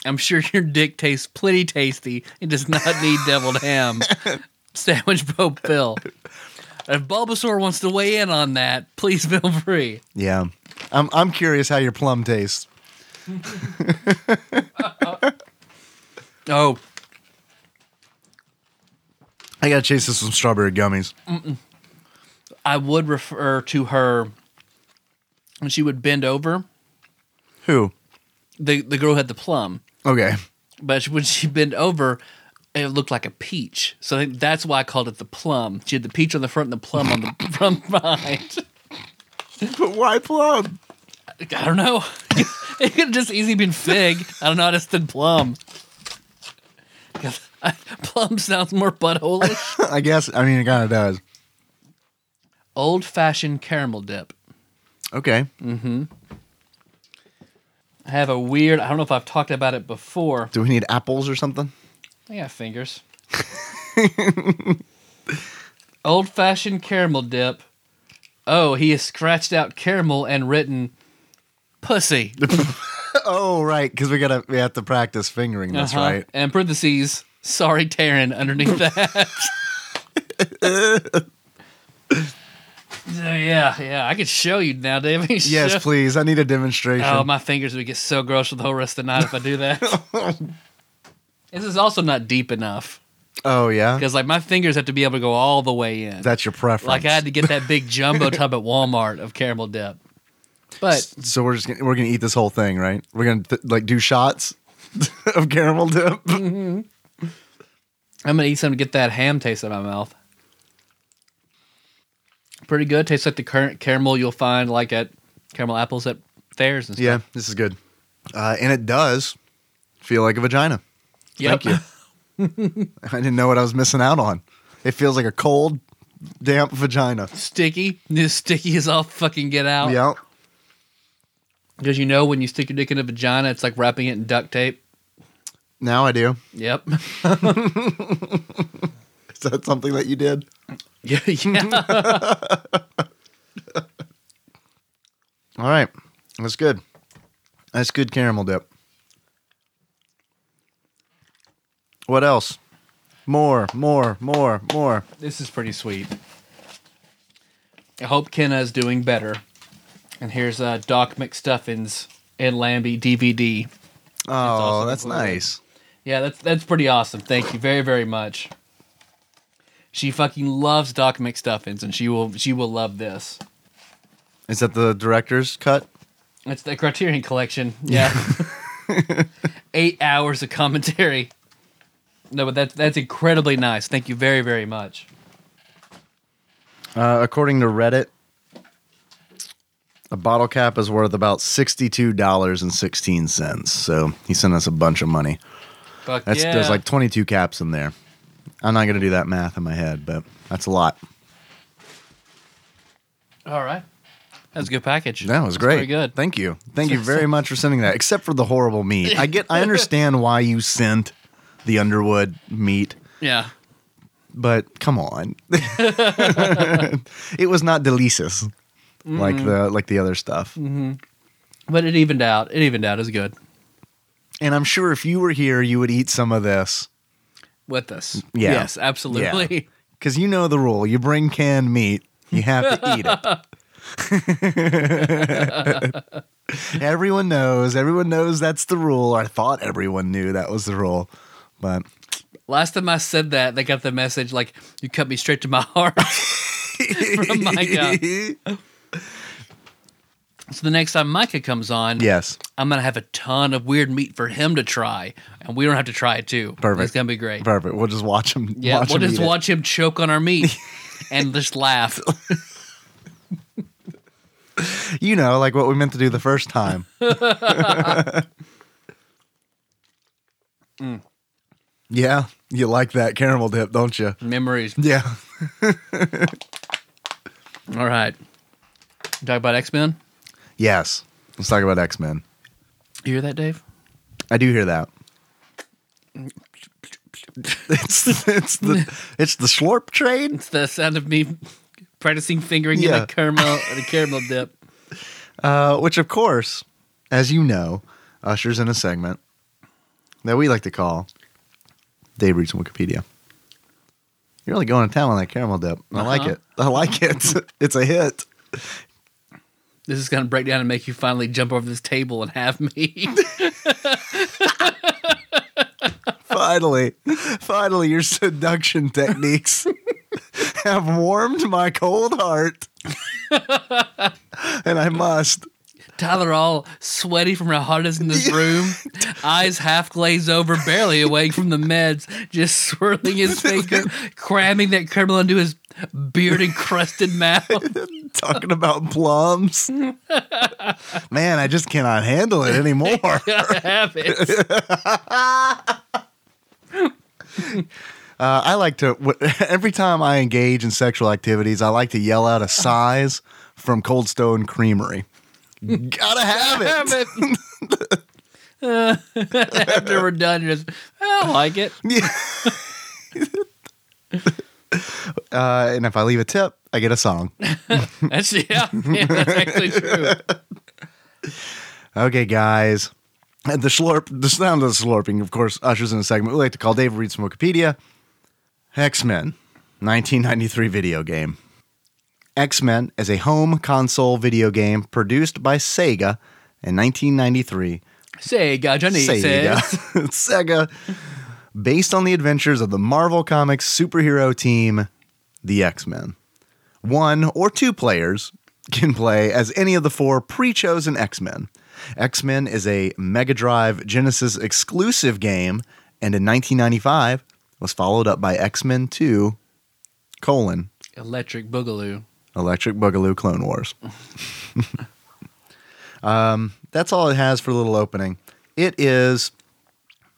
Speaker 2: I'm sure your dick tastes plenty tasty. It does not need deviled ham. Sandwich Pope Phil. If Bulbasaur wants to weigh in on that, please feel free.
Speaker 3: yeah. I'm I'm curious how your plum tastes.
Speaker 2: Oh,
Speaker 3: I gotta chase this with some strawberry gummies.
Speaker 2: I would refer to her when she would bend over.
Speaker 3: Who?
Speaker 2: The the girl had the plum,
Speaker 3: Okay.
Speaker 2: but when she bent over, it looked like a peach. So I think that's why I called it the plum. She had the peach on the front and the plum on the from behind.
Speaker 3: But why plum?
Speaker 2: I don't know. it could have just easily been fig. I don't know. I just did plum. 'Cause I- plum sounds more butthole
Speaker 3: I guess. I mean, it kind of does.
Speaker 2: Old fashioned caramel dip.
Speaker 3: Okay.
Speaker 2: Mm. I have a weird. I don't know if I've talked about it before.
Speaker 3: Do we need apples or something?
Speaker 2: I got fingers. Old fashioned caramel dip. Oh, he has scratched out caramel and written pussy.
Speaker 3: Oh, right. Because we gotta we have to practice fingering this,
Speaker 2: Uh-huh.
Speaker 3: right?
Speaker 2: And parentheses, sorry, Taryn, underneath that. so, yeah, yeah. I could show you now, David.
Speaker 3: Yes,
Speaker 2: Show-
Speaker 3: please. I need a demonstration.
Speaker 2: Oh, my fingers would get so gross for the whole rest of the night if I do that. this is also not deep enough
Speaker 3: oh yeah.
Speaker 2: because, like, my fingers have to be able to go all the way in.
Speaker 3: That's your preference.
Speaker 2: like, I had to get that big jumbo tub at Walmart of caramel dip. But
Speaker 3: So we're just gonna, we're gonna eat this whole thing, right? We're gonna th- like do shots of caramel dip.
Speaker 2: I'm gonna eat some to get that ham taste out of my mouth. Pretty good. Tastes like the current caramel you'll find like at caramel apples at fairs and stuff.
Speaker 3: yeah, this is good. Uh, and it does feel like a vagina.
Speaker 2: Yep.
Speaker 3: Thank you. I didn't know what I was missing out on. It feels like a cold, damp vagina.
Speaker 2: sticky. This sticky as all fucking get out.
Speaker 3: Yeah.
Speaker 2: Because you know when you stick your dick in a vagina, it's like wrapping it in duct tape.
Speaker 3: Now I do.
Speaker 2: Yep.
Speaker 3: Is that something that you did?
Speaker 2: yeah. yeah.
Speaker 3: All right. That's good. That's good caramel dip. What else? More, more, more, more.
Speaker 2: This is pretty sweet. I hope Kenna is doing better. And here's uh, Doc McStuffins and Lambie DVD.
Speaker 3: Oh,
Speaker 2: awesome.
Speaker 3: that's nice.
Speaker 2: Yeah, that's that's pretty awesome. Thank you very very much. She fucking loves Doc McStuffins, and she will she will love this.
Speaker 3: Is that the director's cut?
Speaker 2: It's the Criterion Collection. Yeah, eight hours of commentary. No, but that's that's incredibly nice. Thank you very very much.
Speaker 3: Uh, according to Reddit, a bottle cap is worth about $62.16. So he sent us a bunch of money.
Speaker 2: Fuck
Speaker 3: That's,
Speaker 2: yeah.
Speaker 3: There's like 22 caps in there. I'm not going to do that math in my head, but that's a lot.
Speaker 2: all right. That's a good package.
Speaker 3: That was
Speaker 2: That's
Speaker 3: great.
Speaker 2: Very good.
Speaker 3: Thank you. Thank you very much for sending that. Except for the horrible meat. I get I understand why you sent the Underwood meat,
Speaker 2: yeah.
Speaker 3: but come on. it was not delicious
Speaker 2: Mm-hmm.
Speaker 3: like the like the other stuff.
Speaker 2: But it evened out. It evened out. It was good.
Speaker 3: And I'm sure if you were here you would eat some of this
Speaker 2: With us.
Speaker 3: Yeah.
Speaker 2: Yes, absolutely.
Speaker 3: cuz you know the rule. You bring canned meat, you have to eat it. everyone knows. Everyone knows that's the rule. I thought everyone knew that was the rule. But
Speaker 2: Last time I said that, they got the message like, "You cut me straight to my heart." From Micah. So the next time Micah comes on,
Speaker 3: Yes.
Speaker 2: I'm gonna have a ton of weird meat for him to try, and we don't have to try it too.
Speaker 3: Perfect.
Speaker 2: It's gonna be great.
Speaker 3: Perfect. We'll just watch him.
Speaker 2: Yeah,
Speaker 3: watch
Speaker 2: we'll
Speaker 3: him
Speaker 2: just
Speaker 3: eat it.
Speaker 2: watch him choke on our meat and just laugh.
Speaker 3: You know, like what we meant to do the first time. Yeah, you like that caramel dip, don't you?
Speaker 2: Memories.
Speaker 3: Yeah.
Speaker 2: All right. Talk about X Men.
Speaker 3: Yes. Let's talk about X Men.
Speaker 2: You hear that, Dave?
Speaker 3: I do hear that. It's it's the it's the slurp train.
Speaker 2: It's the sound of me practicing fingering in
Speaker 3: Yeah.
Speaker 2: the caramel the caramel dip.
Speaker 3: Uh, which, of course, as you know, ushers in a segment that we like to call Dave Reads Wikipedia. You're really going to town on that caramel dip. I like
Speaker 2: Uh-huh.
Speaker 3: it. I like it. it's a hit.
Speaker 2: This is going to break down and make you finally jump over this table and have me.
Speaker 3: Finally, finally, your seduction techniques have warmed my cold heart. and I must.
Speaker 2: Tyler, all sweaty from how hot it is in this room, eyes half glazed over, barely awake from the meds, just swirling his finger, cramming that caramel into his beard encrusted mouth.
Speaker 3: Talking about plums. Man, I just cannot handle it anymore.
Speaker 2: Gotta have it.
Speaker 3: Uh, I like to wh- every time I engage in sexual activities, I like to yell out a size from Cold Stone Creamery. Gotta have it.
Speaker 2: Have it. After we're done, you're just, I like it.
Speaker 3: Uh, and if I leave a tip, I get a song.
Speaker 2: That's, yeah, yeah, that's actually true.
Speaker 3: Okay, guys. And the slurp, the sound of the slurping, of course, ushers in a segment we like to call Dave Reads from Wikipedia. X Men, 1993 video game. X Men is a home console video game produced by Sega in 1993
Speaker 2: Say, God, Johnny
Speaker 3: Sega.
Speaker 2: says.
Speaker 3: Sega. Based on the adventures of the Marvel Comics superhero team, the X Men. One or two players can play as any of the four pre chosen X Men. X Men is a Mega Drive Genesis exclusive game, and in 1995 was followed up by X Men 2 colon
Speaker 2: Electric Boogaloo.
Speaker 3: Electric Boogaloo Clone Wars. um, that's all it has for a little opening. It is,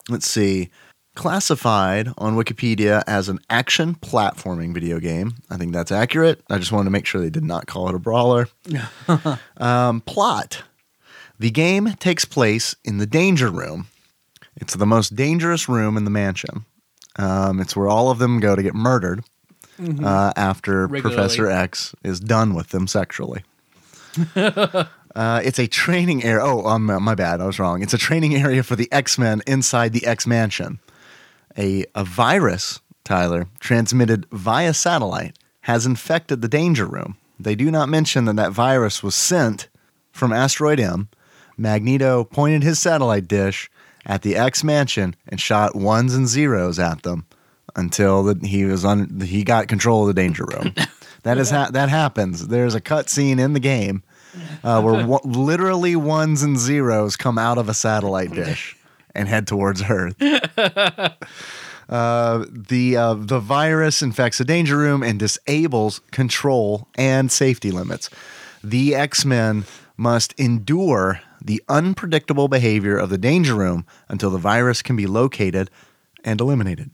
Speaker 3: let's see, classified on Wikipedia as an action platforming video game. I think that's accurate. I just wanted to make sure they did not call it a brawler. um, plot The game takes place in the danger room. It's the most dangerous room in the mansion. Um, it's where all of them go to get murdered uh, after
Speaker 2: Regularly.
Speaker 3: Professor X is done with them sexually. uh, it's a training area. Oh, um, my bad. I was wrong. It's a training area for the X Men inside the X Mansion. A, a virus, Tyler, transmitted via satellite, has infected the danger room. They do not mention that that virus was sent from Asteroid M. Magneto pointed his satellite dish at the X Mansion and shot ones and zeros at them until that he was on. He got control of the danger room. that is ha- that happens. There's a cutscene in the game uh, where w- literally ones and zeros come out of a satellite dish and head towards Earth. Uh, the uh, the virus infects the danger room and disables control and safety limits. The X Men must endure the unpredictable behavior of the danger room until the virus can be located and eliminated.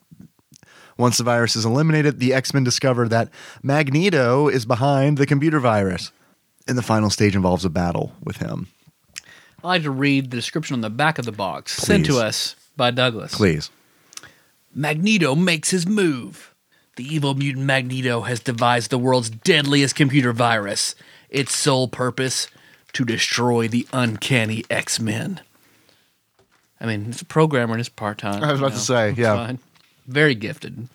Speaker 3: Once the virus is eliminated, the X Men discover that Magneto is behind the computer virus, and the final stage involves a battle with him.
Speaker 2: I like to read the description on the back of the box sent to
Speaker 3: Please.
Speaker 2: us by Douglas.
Speaker 3: Please.
Speaker 2: Magneto makes his move. The evil mutant Magneto has devised the world's deadliest computer virus. Its sole purpose to destroy the uncanny X Men. I mean, it's a programmer and it's part time.
Speaker 3: I was about to say, yeah.
Speaker 2: Very gifted.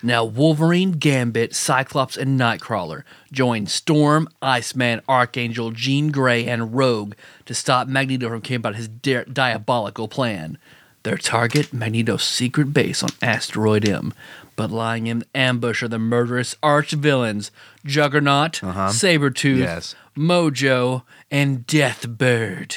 Speaker 2: now, Wolverine, Gambit, Cyclops, and Nightcrawler join Storm, Iceman, Archangel, Jean Grey, and Rogue to stop Magneto from carrying out his di- diabolical plan. Their target, Magneto's secret base on Asteroid M. But lying in ambush are the murderous arch villains Juggernaut, Sabretooth,
Speaker 3: Uh-huh. Yes.
Speaker 2: Mojo, and Deathbird.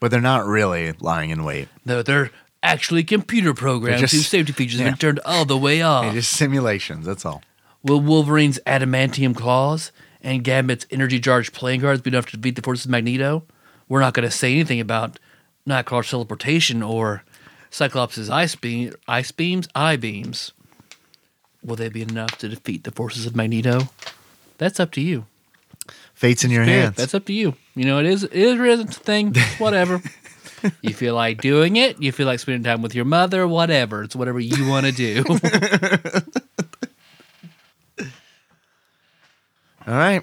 Speaker 3: But they're not really lying in wait.
Speaker 2: No, they're actually computer programs
Speaker 3: just-
Speaker 2: whose safety features have
Speaker 3: yeah.
Speaker 2: been turned all the way
Speaker 3: They're
Speaker 2: off.
Speaker 3: just simulations, that's all.
Speaker 2: Will Wolverine's adamantium claws and Gambit's energy charged playing cards be enough to defeat the forces of Magneto? We're not going to say anything about Nightcrawler's teleportation or Cyclops' ice, beam, ice beams, eye beams. Will they be enough to defeat the forces of Magneto? That's up to you.
Speaker 3: Fate's in your
Speaker 2: Yeah,
Speaker 3: hands.
Speaker 2: that's up to you. You know, it is it is or isn't a thing. Whatever. you feel like doing it. You feel like spending time with your mother. Whatever. It's whatever you want to do.
Speaker 3: All right.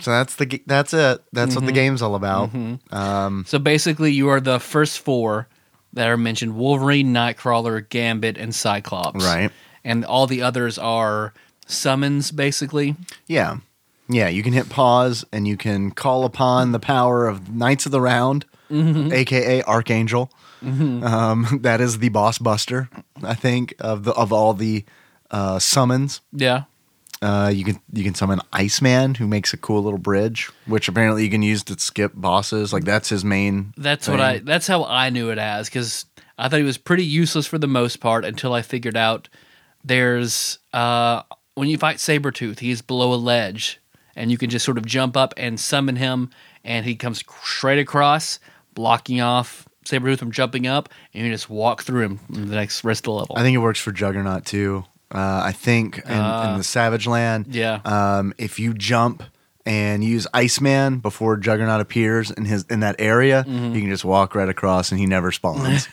Speaker 3: So that's the g- that's it. That's
Speaker 2: Mm-hmm.
Speaker 3: what the game's all about. Um,
Speaker 2: So basically, you are the first four that are mentioned: Wolverine, Nightcrawler, Gambit, and Cyclops.
Speaker 3: Right.
Speaker 2: And all the others are summons, basically.
Speaker 3: yeah, yeah. You can hit pause and you can call upon the power of Knights of the Round,
Speaker 2: Mm-hmm.
Speaker 3: aka Archangel. Um, that is the boss buster, I think, of the of all the uh, summons.
Speaker 2: Yeah.
Speaker 3: Uh, you can you can summon Iceman, who makes a cool little bridge, which apparently you can use to skip bosses. Like that's his main.
Speaker 2: That's
Speaker 3: thing.
Speaker 2: what I. That's how I knew it as because I thought he was pretty useless for the most part until I figured out there's uh when you fight Sabretooth, he's below a ledge and you can just sort of jump up and summon him and he comes straight across, blocking off Sabretooth from jumping up and you just walk through him the next rest of the level.
Speaker 3: I think it works for Juggernaut too. Uh, I think in, in the Savage Land,
Speaker 2: yeah.
Speaker 3: Um, if you jump and use Iceman before Juggernaut appears in his in that area, you can just walk right across and he never spawns.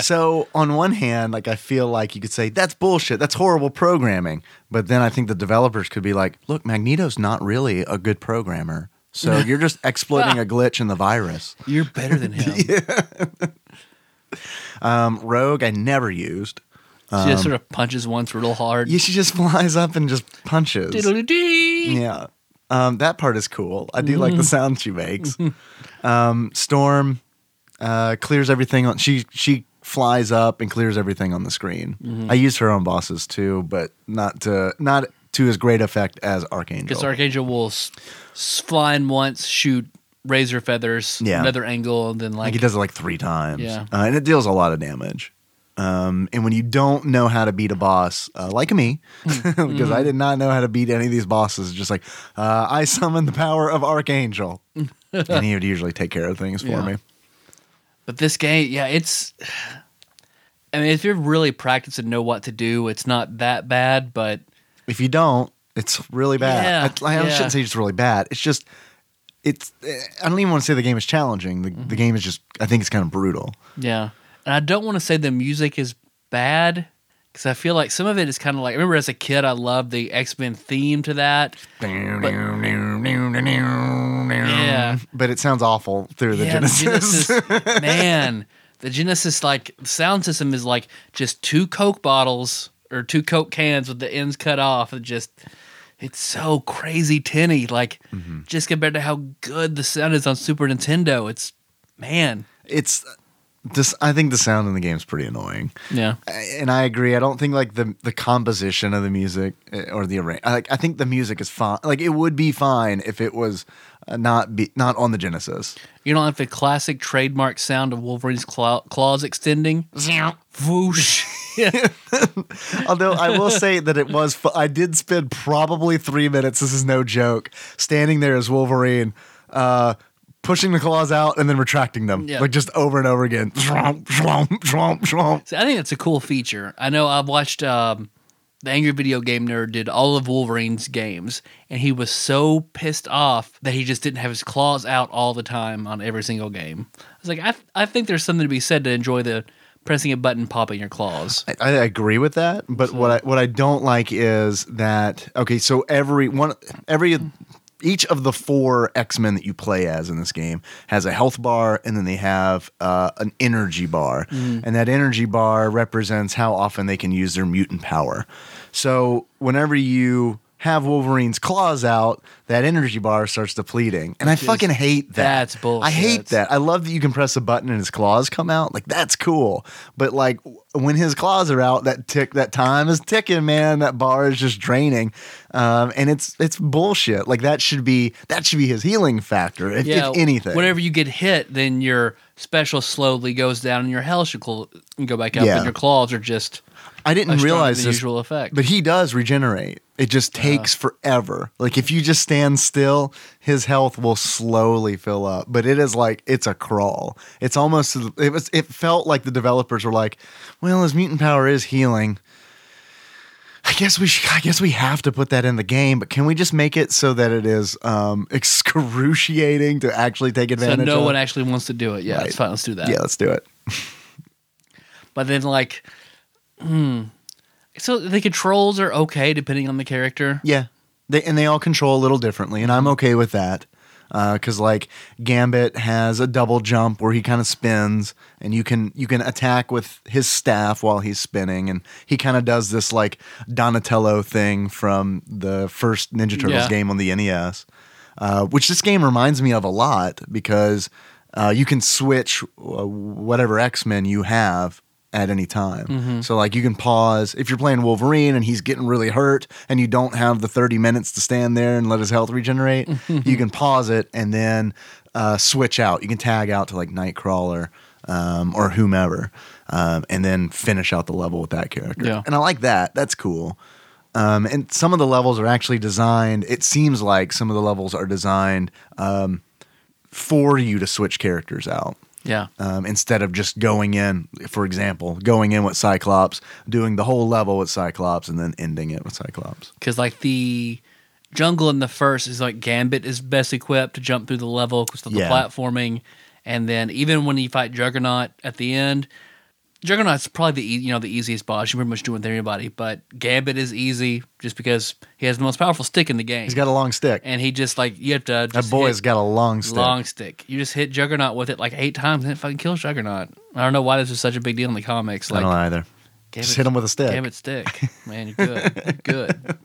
Speaker 3: so on one hand, like I feel like you could say that's bullshit, that's horrible programming. But then I think the developers could be like, look, Magneto's not really a good programmer. So you're just exploiting a glitch in the virus.
Speaker 2: You're better than him.
Speaker 3: Um, Rogue, I never used.
Speaker 2: she
Speaker 3: Um,
Speaker 2: just sort of punches once real hard.
Speaker 3: Yeah, she just flies up and just punches.
Speaker 2: Diddle-dee.
Speaker 3: Yeah. Um, that part is cool. I do like the sound she makes. um, Storm uh, clears everything on. She she flies up and clears everything on the screen. I used her on bosses too, but not to not to as great effect as Archangel.
Speaker 2: Because Archangel will s- s- fly in once, shoot razor feathers,
Speaker 3: Yeah.
Speaker 2: another angle, and then
Speaker 3: like
Speaker 2: like,
Speaker 3: he does it like three times,
Speaker 2: Yeah.
Speaker 3: uh, and it deals a lot of damage. Um, and when you don't know how to beat a boss, uh, like me, because
Speaker 2: Hmm.
Speaker 3: I did not know how to beat any of these bosses, just like uh, I summon the power of Archangel, and he would usually take care of things for
Speaker 2: Yeah.
Speaker 3: me.
Speaker 2: But this game, yeah, it's. I mean, if you're really practiced and know what to do, it's not that bad. But
Speaker 3: If you don't, it's really bad.
Speaker 2: Yeah,
Speaker 3: I, I
Speaker 2: yeah.
Speaker 3: shouldn't say it's really bad. It's just, it's. eh, I don't even want to say the game is challenging. The,
Speaker 2: Mm-hmm.
Speaker 3: the game is just. I think it's kind of brutal.
Speaker 2: yeah, and I don't want to say the music is bad because I feel like some of it is kind of like. I remember as a kid, I loved the X Men theme to that. Yeah.
Speaker 3: But it sounds awful through the
Speaker 2: Yeah, the
Speaker 3: Genesis.
Speaker 2: Genesis- man, the Genesis like sound system is like just two Coke bottles or two Coke cans with the ends cut off. It just it's so crazy tinny. Like
Speaker 3: Mm-hmm.
Speaker 2: just compared to how good the sound is on Super Nintendo, it's man.
Speaker 3: it's this. I think the sound in the game is pretty annoying.
Speaker 2: Yeah,
Speaker 3: and I agree. I don't think like the the composition of the music uh, or the arrangement. Like I think the music is fine. Like it would be fine if it was uh, not be not on the Genesis.
Speaker 2: you know, if the classic trademark sound of Wolverine's claw, claws extending, whoosh. yeah,
Speaker 3: Although I will say that it was, fu- I did spend probably three minutes. This is no joke. Standing there as Wolverine, uh, pushing the claws out and then retracting them,
Speaker 2: Yeah.
Speaker 3: like just over and over again. Zhwomp, zhwomp, zhwomp, zhwomp.
Speaker 2: See, I think that's a cool feature. I know I've watched um, the Angry Video Game Nerd did all of Wolverine's games, and he was so pissed off that he just didn't have his claws out all the time on every single game. I was like, I, I think there's something to be said to enjoy the pressing a button, popping your claws.
Speaker 3: I, I agree with that, but what I what I don't like is that okay. So every one, every each of the four X Men that you play as in this game has a health bar, and then they have uh, an energy bar,
Speaker 2: Mm.
Speaker 3: and that energy bar represents how often they can use their mutant power. So whenever you have Wolverine's claws out, that energy bar starts depleting, and I fucking hate that.
Speaker 2: that's bullshit.
Speaker 3: I hate that that. I love that you can press a button and his claws come out. Like that's cool. But like w- when his claws are out, that tick, that time is ticking, man. That bar is just draining, um, and it's it's bullshit. Like that should be that should be his healing factor, if,
Speaker 2: Yeah,
Speaker 3: if anything.
Speaker 2: Whenever you get hit, then your special slowly goes down, and your health should cl- go back up,
Speaker 3: Yeah.
Speaker 2: and your claws are just.
Speaker 3: I
Speaker 2: much
Speaker 3: didn't
Speaker 2: stronger
Speaker 3: realize
Speaker 2: than
Speaker 3: this,
Speaker 2: usual effect.
Speaker 3: but he does regenerate. It just takes forever. Like if you just stand still, his health will slowly fill up. But it is like it's a crawl. It's almost it was. It felt like the developers were like, "Well, his mutant power is healing. I guess we should, I guess we have to put that in the game. But can we just make it so that it is um, excruciating to actually take
Speaker 2: So
Speaker 3: advantage?
Speaker 2: no
Speaker 3: of?
Speaker 2: one actually wants to do it. Yeah, it's
Speaker 3: Right.
Speaker 2: fine. Let's do that.
Speaker 3: Yeah, let's do it.
Speaker 2: But then like, hmm. So the controls are okay depending on the character.
Speaker 3: Yeah. They and they all control a little differently, and I'm okay with that. Because like Gambit has a double jump where he kind of spins, and you can you can attack with his staff while he's spinning, and he kind of does this like Donatello thing from the first Ninja Turtles
Speaker 2: Yeah.
Speaker 3: game on the E NES, uh, which this game reminds me of a lot because uh, you can switch uh, whatever X Men you have at any time. So, like, you can pause if you're playing Wolverine and he's getting really hurt and you don't have the 30 minutes to stand there and let his health regenerate, you can pause it and then uh, switch out. You can tag out to like Nightcrawler um, or whomever um, and then finish out the level with that character.
Speaker 2: Yeah.
Speaker 3: And I like that. That's cool. Um, and some of the levels are actually designed. It seems like some of the levels are designed um, for you to switch characters out
Speaker 2: Yeah.
Speaker 3: um, instead of just going in. For example, going in with Cyclops, doing the whole level with Cyclops, and then ending it with Cyclops.
Speaker 2: because like the jungle in the first is like Gambit is best equipped to jump through the level because of the
Speaker 3: Yeah.
Speaker 2: platforming, and then even when you fight Juggernaut at the end, Juggernaut's probably the ea- you know the easiest boss. You pretty much do it with anybody, but Gambit is easy just because he has the most powerful stick in the game,
Speaker 3: He's got a long stick.
Speaker 2: and he just like you have to
Speaker 3: That
Speaker 2: just
Speaker 3: boy's
Speaker 2: hit
Speaker 3: got a long stick.
Speaker 2: long stick. You just hit Juggernaut with it like eight times, and it fucking kills Juggernaut. I don't know why this is such a big deal in the comics.
Speaker 3: I
Speaker 2: Like
Speaker 3: don't know either.
Speaker 2: Gambit-
Speaker 3: Just hit him with a stick.
Speaker 2: Gambit stick, man, you're good, you're good.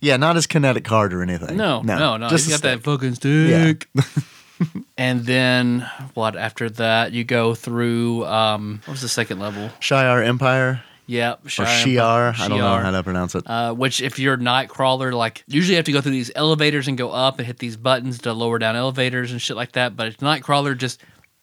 Speaker 3: Yeah, not his kinetic card or anything.
Speaker 2: No, no, no.
Speaker 3: Just
Speaker 2: he's
Speaker 3: a
Speaker 2: got that
Speaker 3: stick.
Speaker 2: fucking stick. and then what? After that, you go through. Um, what was the second level?
Speaker 3: Shiar Empire
Speaker 2: Yep, Shiar.
Speaker 3: or Shiar. I don't know
Speaker 2: Shiar.
Speaker 3: how to pronounce it.
Speaker 2: Uh, which, if you're Nightcrawler, like usually you have to go through these elevators and go up and hit these buttons to lower down elevators and shit like that. But if Nightcrawler, just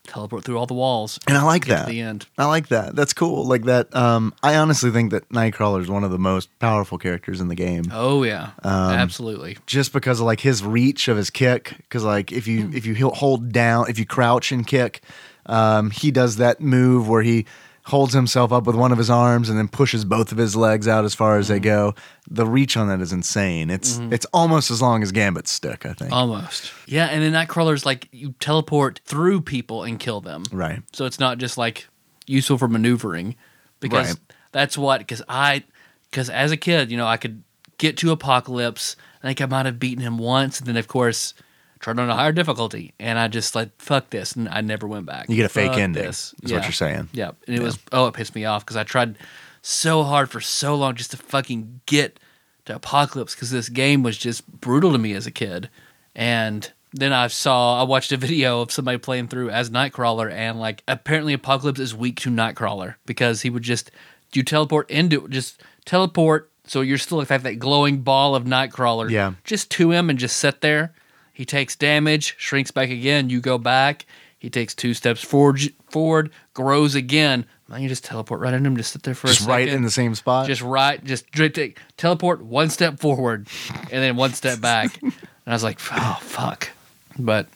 Speaker 2: teleport through all the walls.
Speaker 3: and I like
Speaker 2: Get
Speaker 3: that.
Speaker 2: to the end.
Speaker 3: I like that. That's cool. Like that. Um, I honestly think that Nightcrawler is one of the most powerful characters in the game.
Speaker 2: Oh yeah,
Speaker 3: Um,
Speaker 2: absolutely.
Speaker 3: just because of like his reach of his kick because like if
Speaker 2: Hmm.
Speaker 3: you if you he'll hold down if you crouch and kick um, he does that move where he holds himself up with one of his arms and then pushes both of his legs out as far as
Speaker 2: Hmm.
Speaker 3: they go the reach on that is insane it's it's almost as long as gambit's stick i
Speaker 2: Um,
Speaker 3: think
Speaker 2: Almost. Yeah, and then Nightcrawler's like you teleport through people and kill them.
Speaker 3: right
Speaker 2: so it's not just like useful for maneuvering because
Speaker 3: Right.
Speaker 2: that's what because i because as a kid you know i could get to apocalypse i think i might have beaten him once and then of course turned on a higher difficulty and i just like fuck this and i never went back
Speaker 3: you get a fake
Speaker 2: Fuck
Speaker 3: ending
Speaker 2: this.
Speaker 3: is what you're saying
Speaker 2: yeah and it was oh it pissed me off because i tried so hard for so long just to fucking get to apocalypse because this game was just brutal to me as a kid and then I saw, I watched a video of somebody playing through as Nightcrawler, and like apparently Apocalypse is weak to Nightcrawler because he would just, you teleport into, just teleport, so you're still like that, that glowing ball of Nightcrawler.
Speaker 3: Yeah.
Speaker 2: Just to him and just sit there. He takes damage, shrinks back again, you go back. He takes two steps forward, forward grows again. Man, you just teleport right into him, just sit there for a
Speaker 3: just
Speaker 2: second
Speaker 3: right in the same spot
Speaker 2: just right, just dri- take- teleport one step forward and then one step back. and I was like, oh fuck. But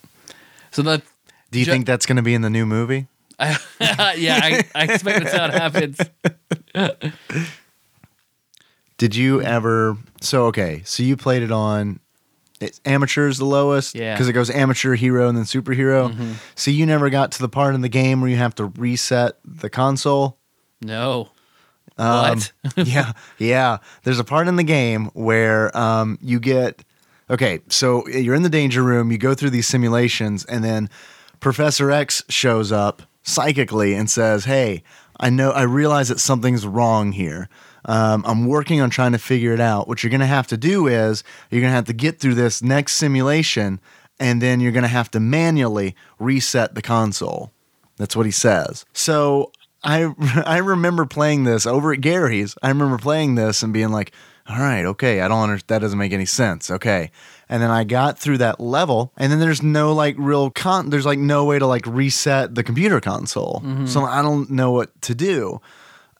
Speaker 2: so that
Speaker 3: do you
Speaker 2: ju-
Speaker 3: think that's going to be in the new movie
Speaker 2: yeah, I, I expect that's how it happens.
Speaker 3: Did you ever? So okay, so you played it on it's amateur is the lowest,
Speaker 2: Yeah.
Speaker 3: because it goes amateur, hero, and then superhero. So you never got to the part in the game where you have to reset the console.
Speaker 2: No.
Speaker 3: Um.
Speaker 2: what?
Speaker 3: yeah, yeah. There's a part in the game where um, you get okay. So you're in the danger room. You go through these simulations, and then Professor X shows up psychically and says, "Hey, I know. I realize that something's wrong here. Um, I'm working on trying to figure it out. What you're going to have to do is you're going to have to get through this next simulation, and then you're going to have to manually reset the console." That's what he says. So I I remember playing this over at Gary's. I remember playing this and being like, "All right, okay, I don't understand. That doesn't make any sense." Okay, and then I got through that level, and then there's no like real con. There's like no way to like reset the computer console, so I don't know what to do.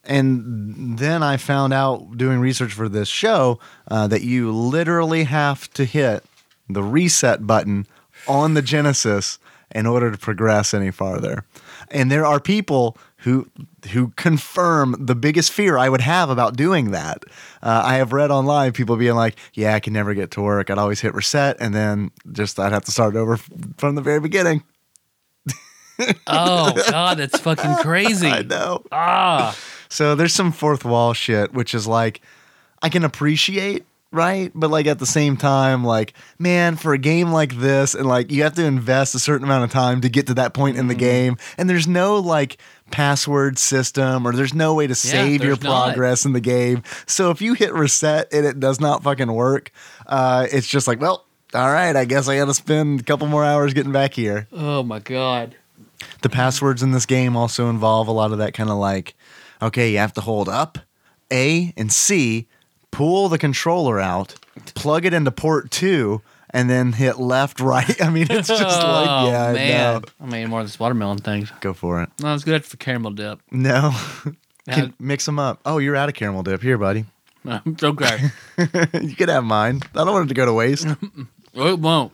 Speaker 3: And then I found out doing research for this show uh, that you literally have to hit the reset button on the Genesis in order to progress any farther. And there are people who who confirm the biggest fear I would have about doing that. Uh, I have read online people being like, "Yeah, I can never get to work. I'd always hit reset, and then just I'd have to start over f- from the very beginning."
Speaker 2: Oh god, that's fucking crazy.
Speaker 3: I know.
Speaker 2: Ah,
Speaker 3: So there's some fourth wall shit, which is like I can appreciate right? But like at the same time, like man, for a game like this, and like you have to invest a certain amount of time to get to that point
Speaker 2: Mm-hmm.
Speaker 3: in the game, and there's no like password system or there's no way to save your
Speaker 2: there's not.
Speaker 3: progress in the game. So if you hit reset and it does not fucking work, uh, it's just like well. All right, I guess I got to spend a couple more hours getting back here.
Speaker 2: Oh my god.
Speaker 3: The passwords in this game also involve a lot of that kind of like, okay, you have to hold up, A and C, pull the controller out, plug it into port two, and then hit left, right. I mean, it's just
Speaker 2: oh
Speaker 3: like, yeah,
Speaker 2: man. I
Speaker 3: no.
Speaker 2: mean more of this watermelon things.
Speaker 3: Go for it.
Speaker 2: No, it's good for caramel dip.
Speaker 3: No.
Speaker 2: Yeah.
Speaker 3: Can mix them up. Oh, you're out of caramel dip. Here, buddy.
Speaker 2: okay.
Speaker 3: you could have mine. I don't want it to go to waste.
Speaker 2: it won't.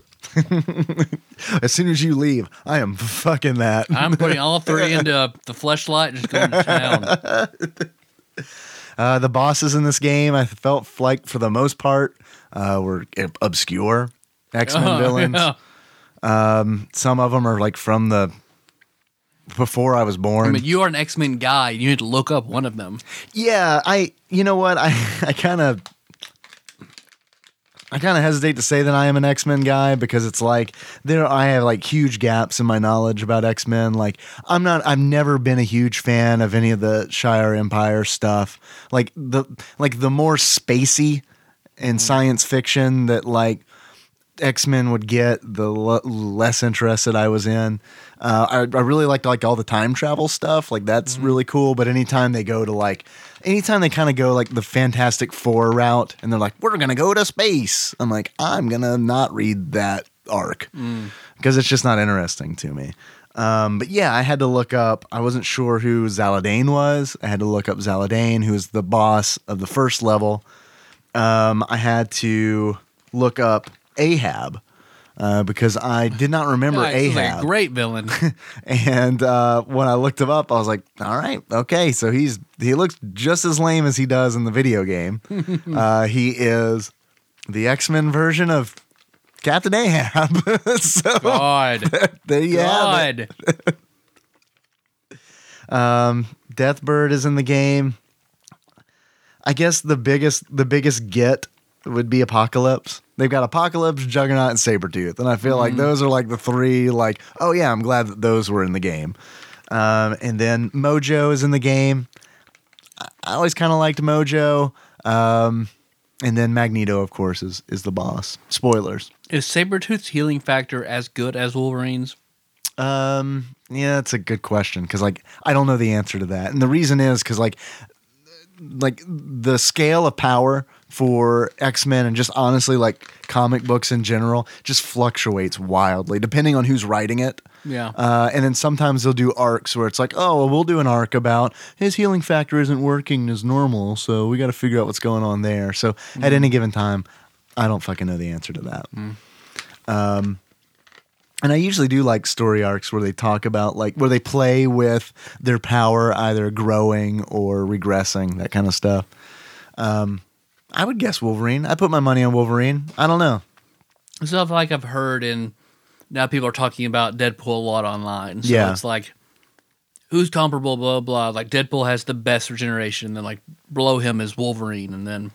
Speaker 3: as soon as you leave, I am fucking that.
Speaker 2: I'm putting all three into the fleshlight and just going to town.
Speaker 3: Uh, the bosses in this game, I felt like for the most part, uh, were obscure X Men
Speaker 2: Oh,
Speaker 3: villains.
Speaker 2: yeah.
Speaker 3: Some of them are like from the before I was born.
Speaker 2: I mean, you are an X Men guy. You need to look up one of them.
Speaker 3: yeah, I. You know what? I I kind of. I kind of hesitate to say that I am an X Men guy because it's like there I have like huge gaps in my knowledge about X Men. Like I'm not I've never been a huge fan of any of the Shire Empire stuff. Like the like the more spacey and science fiction that like X Men would get, the l- less interested I was in. Uh, I, I really liked like all the time travel stuff, like that's really cool. But anytime they go to like, anytime they kind of go like the Fantastic Four route, and they're like, "We're gonna go to space," I'm like, I'm gonna not read that arc because it's just not interesting to me. Um, but yeah, I had to look up. I wasn't sure who Zaladane was. I had to look up Zaladane, who is the boss of the first level um, I had to look up Ahab uh, because I did not remember
Speaker 2: Right, this is
Speaker 3: Ahab.
Speaker 2: a great villain.
Speaker 3: and uh, when I looked him up, I was like, "All right, okay." So he's he looks just as lame as he does in the video game. uh, he is the X Men version of Captain Ahab. so
Speaker 2: God.
Speaker 3: there you have it.
Speaker 2: God.
Speaker 3: Um, Deathbird is in the game. I guess the biggest the biggest get would be Apocalypse. They've got Apocalypse, Juggernaut, and Sabretooth. And I feel like those are like the three, like, oh yeah, I'm glad that those were in the game. Um, and then Mojo is in the game. I- I always kind of liked Mojo. Um, and then Magneto, of course, is is the boss. Spoilers.
Speaker 2: Is Sabretooth's healing factor as good as Wolverine's?
Speaker 3: Um, yeah, that's a good question because like I don't know the answer to that, and the reason is because like like the scale of power for X Men and just honestly like comic books in general just fluctuates wildly depending on who's writing it.
Speaker 2: Yeah.
Speaker 3: Uh, and then sometimes they'll do arcs where it's like, oh, well, we'll do an arc about his healing factor isn't working as normal, so we got to figure out what's going on there. So at any given time, I don't fucking know the answer to that. Um, and I usually do like story arcs where they talk about like where they play with their power either growing or regressing, that kind of stuff. Um, I would guess Wolverine. I put my money on Wolverine. I don't know.
Speaker 2: stuff like I've heard, and now people are talking about Deadpool a lot online. So
Speaker 3: Yeah.
Speaker 2: it's like, who's comparable, blah, blah. Like, Deadpool has the best regeneration, and then, like, below him is Wolverine, and then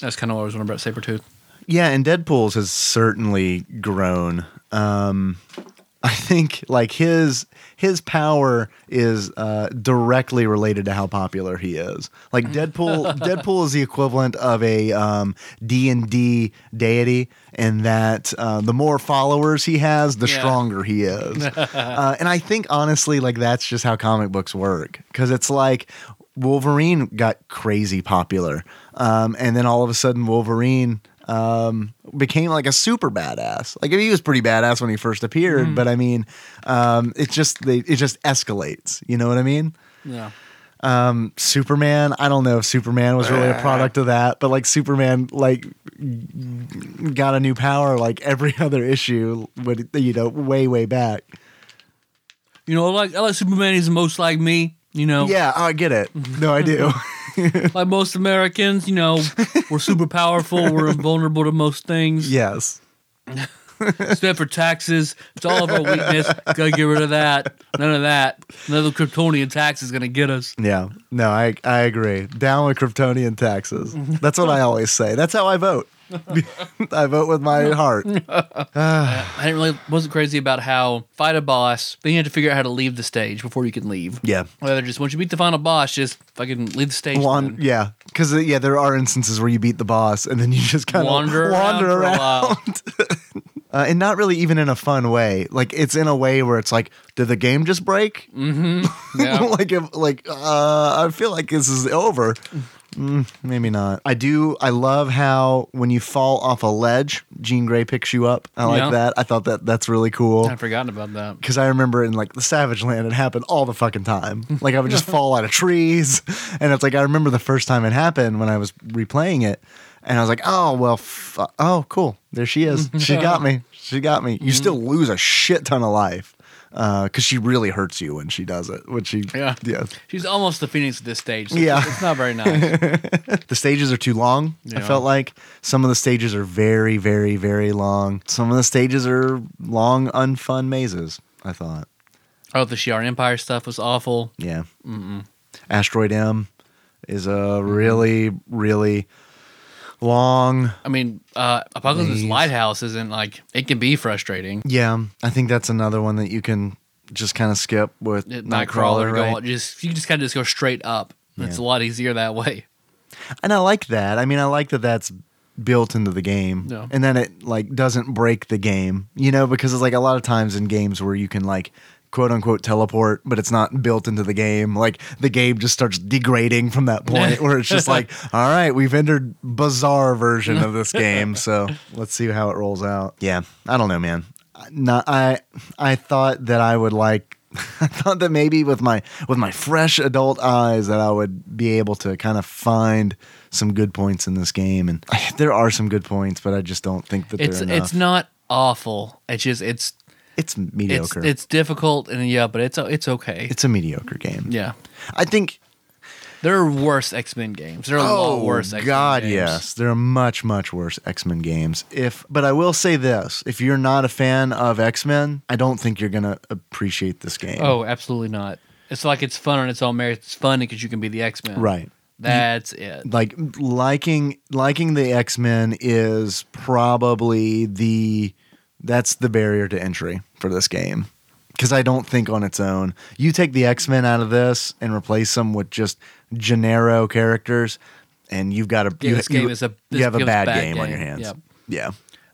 Speaker 2: that's kind of what I was wondering about Sabretooth.
Speaker 3: Yeah, and Deadpool's has certainly grown. Um, I think like his his power is uh, directly related to how popular he is. Like Deadpool, Deadpool is the equivalent of a um, D and D deity, in that uh, the more followers he has, the
Speaker 2: Yeah.
Speaker 3: stronger he is. uh, and I think honestly, like that's just how comic books work because it's like Wolverine got crazy popular, um, and then all of a sudden Wolverine um, became like a super badass. Like he was pretty badass when he first appeared, but I mean, um, it just they, it just escalates. You know what I mean?
Speaker 2: Yeah.
Speaker 3: Superman. I don't know if Superman was really a product of that, but like Superman, like got a new power like every other issue. Would you know way way back?
Speaker 2: You know, like, I like Superman, he's the most like me, you know?
Speaker 3: Yeah, oh, I get it. No, I do.
Speaker 2: Like most Americans, you know, we're super powerful, we're invulnerable to most things,
Speaker 3: yes.
Speaker 2: except for taxes. It's all of our weakness. Gotta get rid of that. None of that. Another Kryptonian tax is gonna get us.
Speaker 3: Yeah. No, I I agree. Down with Kryptonian taxes. That's what I always say. That's how I vote. I vote with my heart.
Speaker 2: I didn't really wasn't crazy about how fight a boss. Then you have to figure out how to leave the stage before you can leave.
Speaker 3: Yeah.
Speaker 2: Rather just once you beat the final boss, just fucking leave the stage. then.
Speaker 3: Wan- yeah, because yeah, there are instances where you beat the boss and then you just kind of
Speaker 2: wander, around, for
Speaker 3: wander,
Speaker 2: a
Speaker 3: around,
Speaker 2: while.
Speaker 3: Uh, and not really even in a fun way. Like it's in a way where it's like, did the game just break?
Speaker 2: Yeah.
Speaker 3: like if like uh, I feel like this is over. Mm, maybe not. I do. I love how when you fall off a ledge, Jean Grey picks you up. I like
Speaker 2: Yeah.
Speaker 3: that. I thought that that's really cool.
Speaker 2: I'd forgotten about that.
Speaker 3: because I remember in like the Savage Land, it happened all the fucking time. Like I would just fall out of trees, and it's like I remember the first time it happened when I was replaying it, and I was like, oh well, fu- oh cool, there she is, she got me, she got me.
Speaker 2: Mm-hmm.
Speaker 3: You still lose a shit ton of life because she really hurts you when she does it. When she
Speaker 2: Yeah.
Speaker 3: yeah,
Speaker 2: She's almost the Phoenix at this stage. So
Speaker 3: Yeah.
Speaker 2: It's not very nice.
Speaker 3: the stages are too long. I
Speaker 2: Yeah.
Speaker 3: felt like some of the stages are very, very, very long. Some of the stages are long, unfun mazes. I thought.
Speaker 2: I thought Oh, the Shiar Empire stuff was awful.
Speaker 3: Yeah. Mm-mm. Asteroid M is a
Speaker 2: Mm-hmm.
Speaker 3: really, really long.
Speaker 2: I mean, uh, Apocalypse's
Speaker 3: Maze.
Speaker 2: Lighthouse isn't like, it can be frustrating.
Speaker 3: Yeah, I think that's another one that you can just kind of skip with
Speaker 2: It,
Speaker 3: Nightcrawler.
Speaker 2: Nightcrawler, go
Speaker 3: Right?
Speaker 2: all- just you can just kind of just go straight up. It's a lot easier that way.
Speaker 3: And I like that. I mean, I like that that's built into the game,
Speaker 2: Yeah.
Speaker 3: and then it like doesn't break the game. You know, because it's like a lot of times in games where you can like quote unquote teleport but it's not built into the game like the game just starts degrading from that point where it's just like all right we've entered bizarre version of this game so let's see how it rolls out yeah i don't know man I- not i i thought that i would like i thought that maybe with my with my fresh adult eyes that i would be able to kind of find some good points in this game and there are some good points but i just don't think that
Speaker 2: It's
Speaker 3: they're enough.
Speaker 2: it's not awful. It's just it's
Speaker 3: it's
Speaker 2: it's
Speaker 3: mediocre
Speaker 2: it's difficult and yeah, but it's it's okay.
Speaker 3: it's a mediocre game
Speaker 2: yeah,
Speaker 3: i think
Speaker 2: there are worse X Men games. There are a lot worse. X-Men
Speaker 3: Oh, God,
Speaker 2: games.
Speaker 3: yes, there are much, much worse X Men games. If, but I will say this: if you're not a fan of X Men, I don't think you're gonna appreciate this game.
Speaker 2: Oh, absolutely not. It's like it's fun on its own merits. It's fun because you can be the X Men.
Speaker 3: right.
Speaker 2: That's it.
Speaker 3: Like liking liking the X Men is probably the that's the barrier to entry for this game. Because I don't think on its own, you take the X Men out of this and replace them with just Gennaro characters, and you've got a
Speaker 2: Yeah,
Speaker 3: you,
Speaker 2: this
Speaker 3: you-
Speaker 2: game is a- this
Speaker 3: you have a
Speaker 2: game's
Speaker 3: bad,
Speaker 2: bad
Speaker 3: game, on
Speaker 2: game.
Speaker 3: your hands.
Speaker 2: Yep.
Speaker 3: Yeah.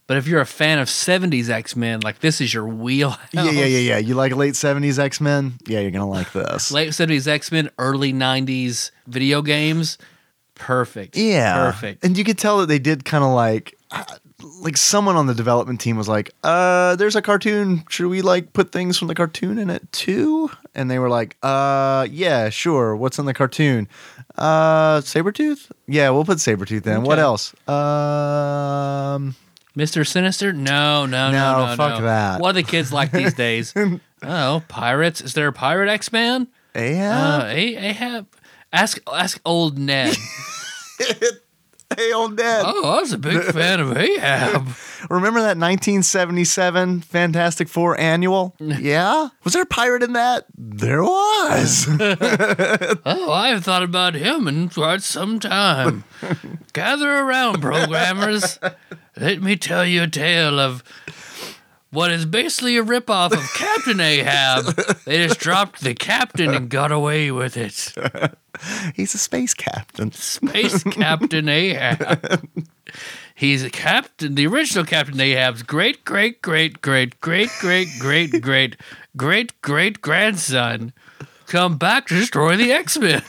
Speaker 2: But if you're a fan of '70s X Men, like this is your wheelhouse.
Speaker 3: Yeah, yeah, yeah, yeah. You like late seventies X Men? Yeah, you're gonna like this.
Speaker 2: Late '70s X Men, early '90s video games. Perfect.
Speaker 3: yeah,
Speaker 2: Perfect.
Speaker 3: And you could tell that they did kind of like, uh, like someone on the development team was like, "Uh, there's a cartoon. Should we like put things from the cartoon in it too?" And they were like, "Uh, yeah, sure. What's in the cartoon? Uh, Sabretooth? Yeah, we'll put Sabretooth in. What
Speaker 2: Okay.
Speaker 3: else? Um,
Speaker 2: Mr. Sinister? No, no, no,
Speaker 3: No,
Speaker 2: no.
Speaker 3: fuck
Speaker 2: no.
Speaker 3: that.
Speaker 2: What are the kids like these days? oh, pirates. Is there a pirate X Man?
Speaker 3: yeah.
Speaker 2: Uh, A- Ahab. Ask ask old Ned.
Speaker 3: hey, old dad.
Speaker 2: oh, I was a big fan of Ahab.
Speaker 3: Remember that 1977 Fantastic Four annual? Yeah? Was there a pirate in that? There was.
Speaker 2: Oh, I've thought about him in quite some time. Gather around, programmers. Let me tell you a tale of what is basically a ripoff of Captain Ahab. They just dropped the captain and got away with it.
Speaker 3: He's a space captain.
Speaker 2: Space Captain Ahab. He's a captain, the original Captain Ahab's great, great, great, great, great, great, great, great, great, great grandson. Come back to destroy the X Men.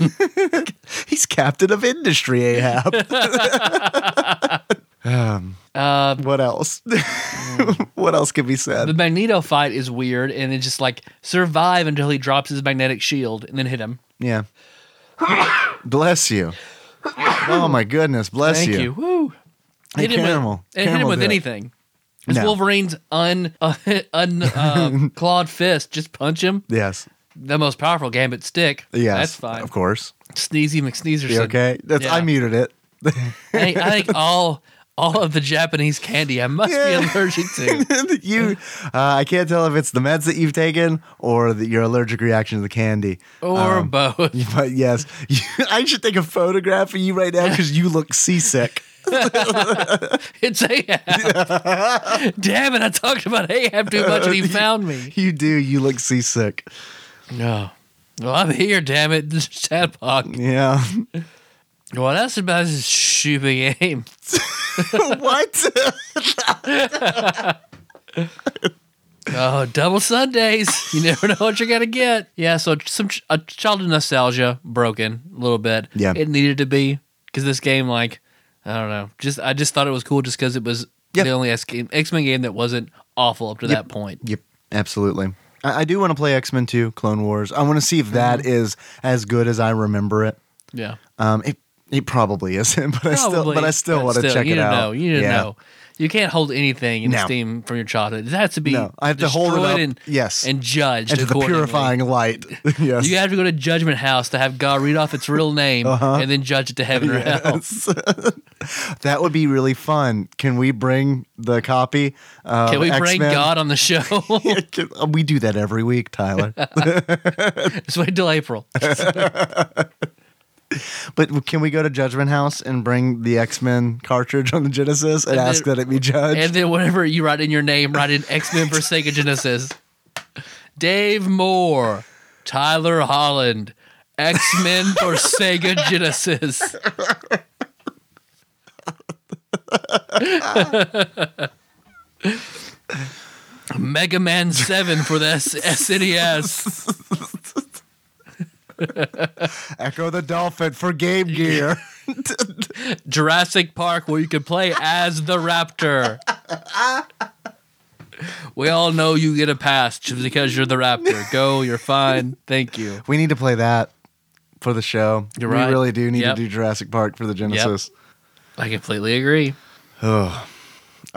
Speaker 3: He's captain of industry, Ahab. Um,
Speaker 2: Uh,
Speaker 3: what else? what else can be
Speaker 2: the
Speaker 3: said?
Speaker 2: Magneto fight is weird, and it's just like survive until he drops his magnetic shield and then hit him.
Speaker 3: Yeah. Bless you. Oh my goodness, bless
Speaker 2: Thank
Speaker 3: you.
Speaker 2: you. Woo.
Speaker 3: Hey,
Speaker 2: hit him
Speaker 3: Caramel.
Speaker 2: with, and hit him
Speaker 3: Caramel
Speaker 2: with
Speaker 3: did it.
Speaker 2: anything. It's
Speaker 3: No.
Speaker 2: Wolverine's un, un uh, clawed fist. Just punch him.
Speaker 3: Yes.
Speaker 2: the most powerful gambit stick.
Speaker 3: Yes.
Speaker 2: that's fine.
Speaker 3: Of course.
Speaker 2: Sneezy McSneezerson.
Speaker 3: You okay? That's I
Speaker 2: Yeah.
Speaker 3: muted it.
Speaker 2: I, I think all all of the Japanese candy I must be
Speaker 3: Yeah.
Speaker 2: allergic to.
Speaker 3: you uh, I can't tell if it's the meds that you've taken or that your allergic reaction to the candy.
Speaker 2: Or
Speaker 3: Um,
Speaker 2: both.
Speaker 3: But yes, you, I should take a photograph of you right now because you look seasick.
Speaker 2: It's Ahab. Damn it! I talked about Ahab too much, and he found me.
Speaker 3: You do. You look seasick.
Speaker 2: No. Well, I'm here, damn it. This is Tadpog.
Speaker 3: Yeah.
Speaker 2: Well, that's about as stupid game.
Speaker 3: what?
Speaker 2: Oh, double Sundays. You never know what you're going to get. Yeah, so some ch- a childhood nostalgia broken a little bit.
Speaker 3: Yeah.
Speaker 2: It needed to be because this game, like, I don't know. Just I just thought it was cool just because it was
Speaker 3: Yeah.
Speaker 2: the only X game, X Men game that wasn't awful up to that point.
Speaker 3: yep. Absolutely. I, I do want to play X Men 2, Clone Wars. I want to see if that
Speaker 2: Mm-hmm.
Speaker 3: is as good as I remember it.
Speaker 2: Yeah.
Speaker 3: Um, it it probably isn't, but I still but I still want to check
Speaker 2: you
Speaker 3: it
Speaker 2: didn't
Speaker 3: out.
Speaker 2: Know, you didn't
Speaker 3: Yeah.
Speaker 2: know. You can't hold anything in
Speaker 3: No.
Speaker 2: Steam from your childhood. It has to be.
Speaker 3: No, I have to hold it
Speaker 2: destroyed
Speaker 3: up,
Speaker 2: And,
Speaker 3: yes.
Speaker 2: And judged.
Speaker 3: And to the
Speaker 2: accordingly.
Speaker 3: purifying light. yes.
Speaker 2: You have to go to Judgment House to have God read off its real name
Speaker 3: Uh-huh.
Speaker 2: and then judge it to heaven or hell.
Speaker 3: that would be really fun. Can we bring the copy? Uh,
Speaker 2: Can we bring
Speaker 3: X-Men? uh,
Speaker 2: God on the show?
Speaker 3: we do that every week, Tyler.
Speaker 2: Just wait till April.
Speaker 3: but can we go to Judgment House and bring the X Men cartridge on the Genesis and,
Speaker 2: then-
Speaker 3: ask that it be judged?
Speaker 2: And then whenever you write in your name, write in X Men for Sega Genesis. Dave Moore, Tyler Holland, X Men for Sega Genesis. Mega Man 7 for the S- E SNES.
Speaker 3: Echo the Dolphin for Game Gear.
Speaker 2: Jurassic Park where you could play as the raptor. We all know you get a pass just because you're the raptor. Go, you're fine. Thank you.
Speaker 3: we need to play that for the show.
Speaker 2: You're
Speaker 3: we
Speaker 2: right.
Speaker 3: really do need
Speaker 2: Yep.
Speaker 3: to do Jurassic Park for the Genesis.
Speaker 2: I completely agree.
Speaker 3: Are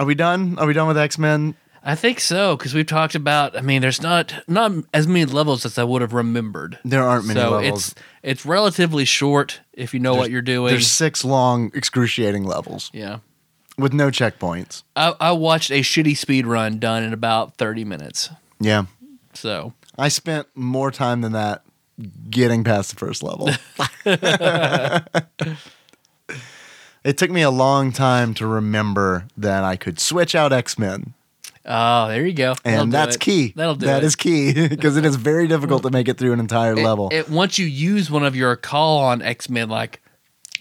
Speaker 3: we done? Are we done with X Men?
Speaker 2: I think so because we've talked about. I mean, there's not not as many levels as I would have remembered.
Speaker 3: There aren't many
Speaker 2: so
Speaker 3: levels.
Speaker 2: it's it's relatively short if you know what you're doing.
Speaker 3: There's six long, excruciating levels
Speaker 2: yeah,
Speaker 3: with no checkpoints.
Speaker 2: I, I watched a shitty speed run done in about 30 minutes.
Speaker 3: Yeah.
Speaker 2: So
Speaker 3: I spent more time than that getting past the first level. it took me a long time to remember that I could switch out X Men,
Speaker 2: oh, there you go. That'll do
Speaker 3: and that's
Speaker 2: it.
Speaker 3: key.
Speaker 2: That'll do
Speaker 3: That
Speaker 2: it.
Speaker 3: is key because it is very difficult to make it through an entire
Speaker 2: It-
Speaker 3: level.
Speaker 2: It, once you use one of your call on X Men, like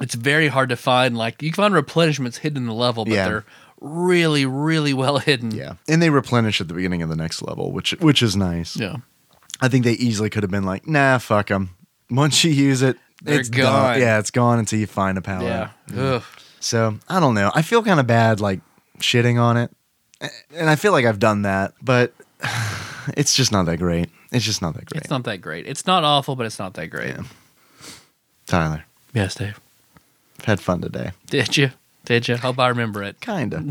Speaker 2: it's very hard to find. Like you can find replenishments hidden in the level, but
Speaker 3: Yeah.
Speaker 2: they're really, really well hidden.
Speaker 3: yeah, and they replenish at the beginning of the next level, which which is nice.
Speaker 2: yeah.
Speaker 3: I think they easily could have been like, nah, fuck them. Once you use it,
Speaker 2: They're
Speaker 3: it's
Speaker 2: gone.
Speaker 3: Yeah, it's gone until you find a power.
Speaker 2: Yeah.
Speaker 3: up.
Speaker 2: Ugh.
Speaker 3: So I don't know. I feel kind of bad like shitting on it. A- And I feel like I've done that, but it's just not that great. It's just not that great.
Speaker 2: It's not that great. It's not awful, but it's not that great.
Speaker 3: Tyler,
Speaker 2: Yes, Dave.
Speaker 3: I've had fun today.
Speaker 2: Did you? Did you? Hope I remember it.
Speaker 3: Kinda.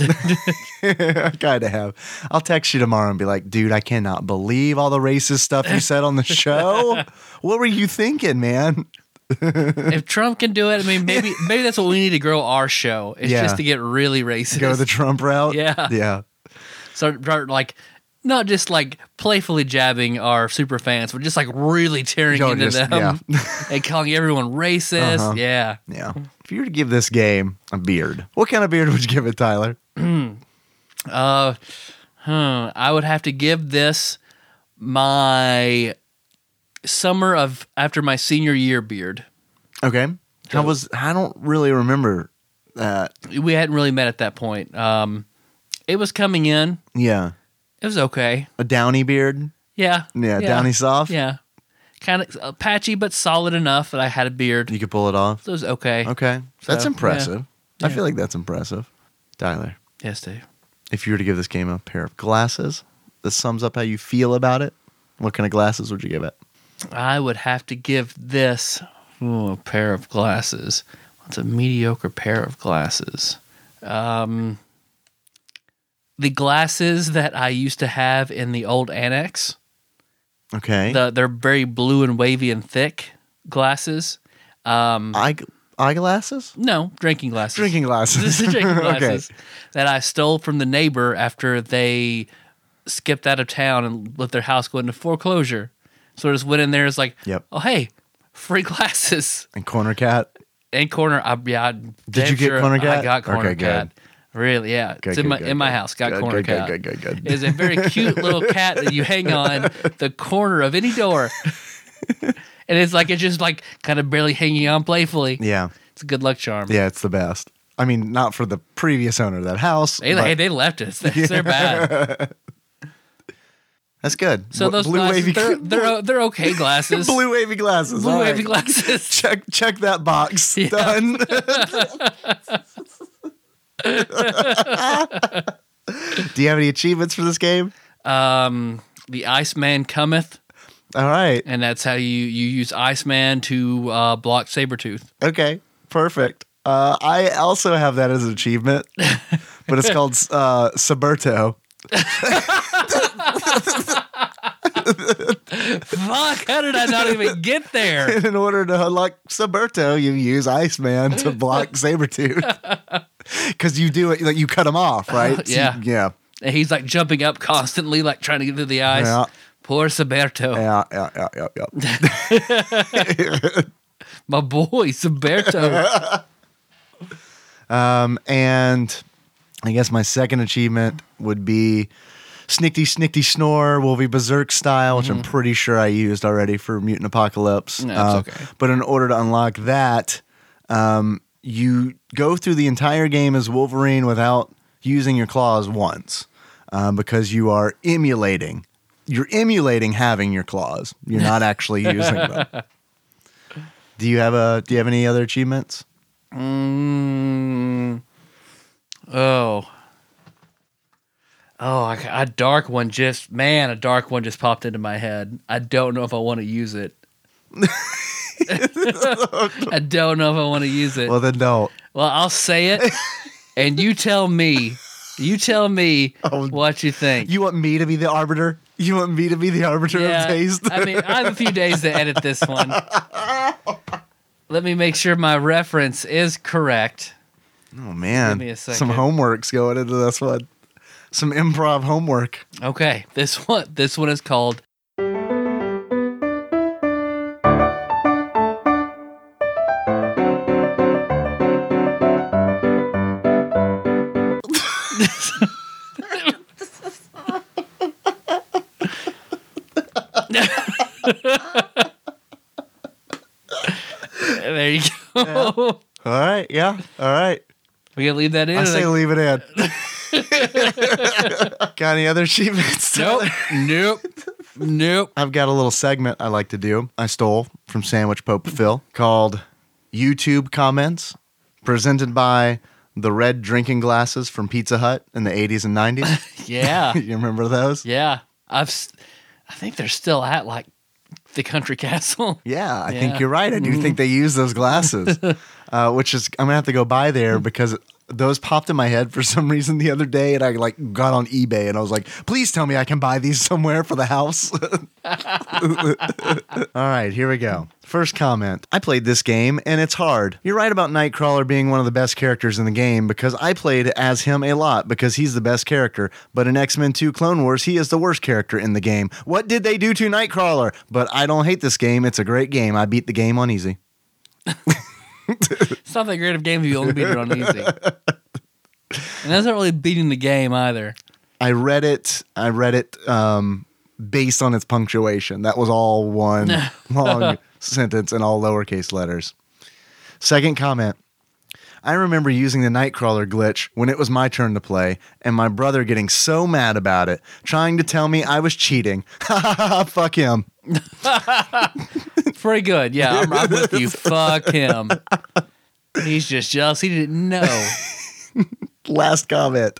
Speaker 3: I kinda have. I'll text you tomorrow and be like, dude, I cannot believe all the racist stuff you said on the show. what were you thinking, man?
Speaker 2: if Trump can do it, I mean, maybe maybe that's what we need to grow our show. It's
Speaker 3: Yeah.
Speaker 2: just to get really racist.
Speaker 3: Go the Trump route?
Speaker 2: Yeah.
Speaker 3: Yeah.
Speaker 2: start, start like not just like playfully jabbing our super fans, but just like really tearing
Speaker 3: Yo,
Speaker 2: into
Speaker 3: just-
Speaker 2: them and calling everyone racist.
Speaker 3: Uh-huh.
Speaker 2: Yeah.
Speaker 3: Yeah. If you were to give this game a beard, what kind of beard would you give it, Tyler?
Speaker 2: Uh, hmm, I would have to give this my summer of after my senior year beard.
Speaker 3: Okay. How was I don't really remember that.
Speaker 2: We hadn't really met at that point. Um, it was coming in.
Speaker 3: Yeah.
Speaker 2: It was okay.
Speaker 3: A downy beard.
Speaker 2: Yeah.
Speaker 3: Yeah, downy soft.
Speaker 2: Yeah. Kind of patchy, but solid enough that I had a beard.
Speaker 3: You could pull it off.
Speaker 2: So it was okay.
Speaker 3: Okay. That's
Speaker 2: So,
Speaker 3: impressive.
Speaker 2: Yeah.
Speaker 3: I feel like that's impressive. Tyler,
Speaker 2: Yes, Dave.
Speaker 3: if you were to give this game a pair of glasses that sums up how you feel about it, what kind of glasses would you give it?
Speaker 2: I would have to give this ooh, a pair of glasses. It's a mediocre pair of glasses. Um, the glasses that I used to have in the old annex,
Speaker 3: Okay.
Speaker 2: the, they're very blue and wavy and thick glasses. Um,
Speaker 3: Eye eyeglasses?
Speaker 2: no, drinking glasses.
Speaker 3: Drinking
Speaker 2: This
Speaker 3: glasses.
Speaker 2: is drinking
Speaker 3: Okay.
Speaker 2: glasses that I stole from the neighbor after they skipped out of town and let their house go into foreclosure. So I just went in there. It's like,
Speaker 3: Yep.
Speaker 2: oh hey, free glasses.
Speaker 3: and corner cat.
Speaker 2: and corner. I, yeah, I,
Speaker 3: Did you get corner cat?
Speaker 2: I got corner
Speaker 3: Okay, good.
Speaker 2: cat. Really, yeah. it's in
Speaker 3: good,
Speaker 2: my
Speaker 3: good,
Speaker 2: in my
Speaker 3: good.
Speaker 2: house. Got
Speaker 3: Good,
Speaker 2: corner
Speaker 3: good,
Speaker 2: cat.
Speaker 3: good, good, good, good.
Speaker 2: It is a very cute little cat that you hang on the corner of any door, and it's like it's just like kind of barely hanging on playfully.
Speaker 3: Yeah.
Speaker 2: It's a good luck charm.
Speaker 3: Yeah, it's the best. I mean, not for the previous owner of that house.
Speaker 2: They,
Speaker 3: but
Speaker 2: hey, they left us. They're, they're bad.
Speaker 3: that's good.
Speaker 2: So
Speaker 3: Bl-
Speaker 2: those
Speaker 3: blue
Speaker 2: glasses,
Speaker 3: wavy
Speaker 2: they're, they're o- they're okay glasses.
Speaker 3: blue wavy glasses.
Speaker 2: Blue
Speaker 3: all
Speaker 2: wavy
Speaker 3: right.
Speaker 2: glasses.
Speaker 3: Check check that box.
Speaker 2: Yeah.
Speaker 3: Done. Do you have any achievements for this game?
Speaker 2: Um, the Iceman cometh,
Speaker 3: All right.
Speaker 2: and that's how you you use Iceman to uh, block Sabretooth.
Speaker 3: Okay, perfect. Uh, I also have that as an achievement, but it's called uh, Suberto.
Speaker 2: Fuck! How did I not even get there?
Speaker 3: In order to unlock Suberto, you use Iceman to block Sabretooth. Because you do it, like you cut him off, right? So you-
Speaker 2: Yeah.
Speaker 3: yeah.
Speaker 2: And he's like jumping up constantly, like trying to get through the ice.
Speaker 3: Yeah.
Speaker 2: Poor Saberto,
Speaker 3: Yeah, yeah, yeah, yeah, yeah.
Speaker 2: my boy Saberto.
Speaker 3: Um, and I guess my second achievement would be Snickety Snickety Snore, Wolvie Berserk style, which I'm pretty sure I used already for Mutant Apocalypse.
Speaker 2: Mm-hmm. No, it's
Speaker 3: Uh,
Speaker 2: okay.
Speaker 3: But in order to unlock that, um, you go through the entire game as Wolverine without using your claws once um, because you are emulating. You're emulating having your claws. You're not actually using them. Do you have a? Do you have any other achievements?
Speaker 2: mm. Oh. Oh, I, a dark one just man, a dark one just popped into my head. I don't know if I want to use it. I don't know if I want to use it.
Speaker 3: Well, then don't.
Speaker 2: Well, I'll say it, and you tell me. You tell me what you think.
Speaker 3: Oh. You want me to be the arbiter? You want me to be the arbiter of taste?
Speaker 2: I mean, I have a few days to edit this one. Let me make sure my reference is correct.
Speaker 3: oh man,
Speaker 2: me a
Speaker 3: some
Speaker 2: second.
Speaker 3: homework's going into this one. Some improv homework.
Speaker 2: Okay, this one. This one is called. there you go.
Speaker 3: All right, yeah, all right.
Speaker 2: We gonna leave that in.
Speaker 3: I
Speaker 2: or
Speaker 3: say
Speaker 2: like-
Speaker 3: leave it in. got any other achievements?
Speaker 2: nope, nope, nope.
Speaker 3: I've got a little segment I like to do. I stole from Sandwich Pope Phil called YouTube Comments, presented by the red drinking glasses from Pizza Hut in the 80s and 90s.
Speaker 2: Yeah.
Speaker 3: you remember those?
Speaker 2: Yeah, I've. s- I think they're still at like the country castle.
Speaker 3: Yeah, I
Speaker 2: Yeah.
Speaker 3: think you're right. I do think they use those glasses, uh, which is I'm gonna have to go buy there because those popped in my head for some reason the other day, and I like got on eBay and I was like, please tell me I can buy these somewhere for the house. All right, here we go. First comment. I played this game and it's hard. You're right about Nightcrawler being one of the best characters in the game because I played as him a lot because he's the best character. But in X Men 2 Clone Wars, he is the worst character in the game. What did they do to Nightcrawler? But I don't hate this game. It's a great game. I beat the game on easy.
Speaker 2: It's not that great of a game if you only beat it on easy. And that's not really beating the game either.
Speaker 3: I read it. I read it um, based on its punctuation. That was all one long sentence in all lowercase letters. Second comment. I remember using the Nightcrawler glitch when it was my turn to play, and my brother getting so mad about it, trying to tell me I was cheating. Ha ha ha! ha, Fuck him.
Speaker 2: Pretty good. Yeah, I'm, I'm with you. Fuck him. He's just jealous. He didn't know.
Speaker 3: last comment.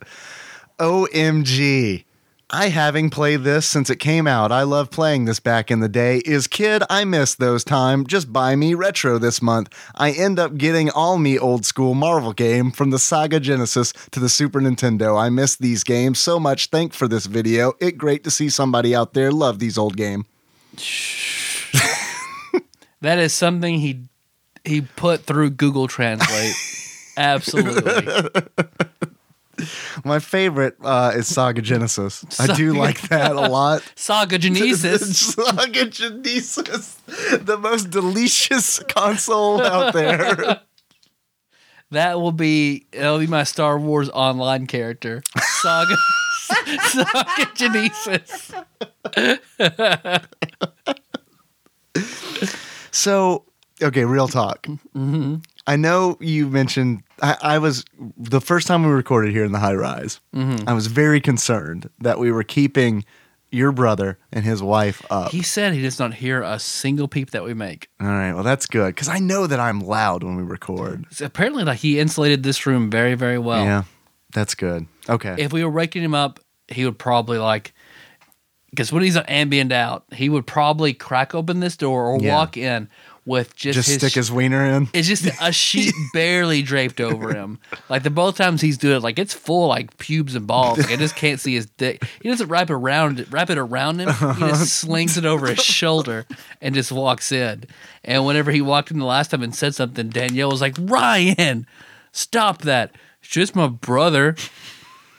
Speaker 3: OMG. I having played this since it came out. I love playing this back in the day. Is kid, I miss those time. Just buy me retro this month. I end up getting all me old school Marvel game from the Saga Genesis to the Super Nintendo. I miss these games so much. Thank for this video. It great to see somebody out there love these old game.
Speaker 2: That is something he he put through Google Translate. Absolutely.
Speaker 3: My favorite uh, is Saga Genesis. I do like that a lot.
Speaker 2: Saga Genesis.
Speaker 3: Sluggish Genesis, the most delicious console out there.
Speaker 2: That will be that'll be my Star Wars online character. Saga Saga Genesis.
Speaker 3: So, okay, real talk.
Speaker 2: Mm-hmm.
Speaker 3: I know you mentioned, I, I was, the first time we recorded here in the high rise,
Speaker 2: Mm-hmm.
Speaker 3: I was very concerned that we were keeping your brother and his wife up.
Speaker 2: He said he does not hear a single peep that we make.
Speaker 3: All right, well, that's good because I know that I'm loud when we record.
Speaker 2: So apparently like he insulated this room very, very well.
Speaker 3: Yeah, that's good. Okay.
Speaker 2: Oh. If we were raking him up, he would probably like because when he's ambient out, he would probably crack open this door or
Speaker 3: Yeah.
Speaker 2: walk in with just,
Speaker 3: just
Speaker 2: his
Speaker 3: stick his wiener in.
Speaker 2: It's just a sheet barely draped over him. Like the both times he's doing it, like it's full like pubes and balls. Like I just can't see his dick. He doesn't wrap it around wrap it around him. He just slings it over his shoulder and just walks in. And whenever he walked in the last time and said something, Danielle was like, Ryan, stop that. It's just my brother.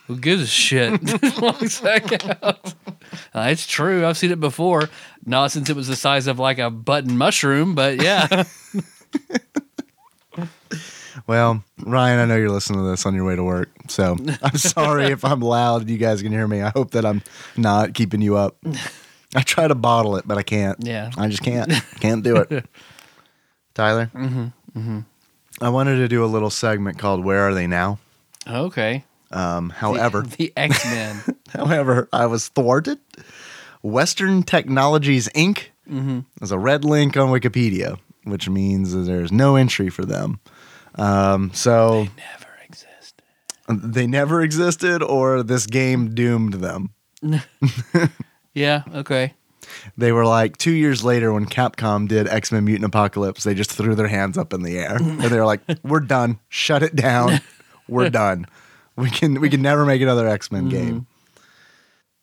Speaker 2: Who gives a shit? Walks back out. Uh, it's true. I've seen it before. Not since it was the size of like a button mushroom, but yeah.
Speaker 3: Well, Ryan, I know you're listening to this on your way to work. So I'm sorry if I'm loud and you guys can hear me. I hope that I'm not keeping you up. I try to bottle it, but I can't.
Speaker 2: Yeah.
Speaker 3: I just can't. Can't do it. Tyler? Mm hmm. Mm hmm. I wanted to do a little segment called Where Are They Now?
Speaker 2: Okay.
Speaker 3: Um, however,
Speaker 2: The X Men.
Speaker 3: However, I was thwarted. Western Technologies Inc. There's a red link on Wikipedia, which means that there's no entry for them. Um, so
Speaker 2: Never exist.
Speaker 3: they never existed, or this game doomed them.
Speaker 2: Yeah, okay.
Speaker 3: They were like two years later when Capcom did X Men Mutant Apocalypse, they just threw their hands up in the air and they were like, "We're done. Shut it down. We're done. We can we can never make another X Men game."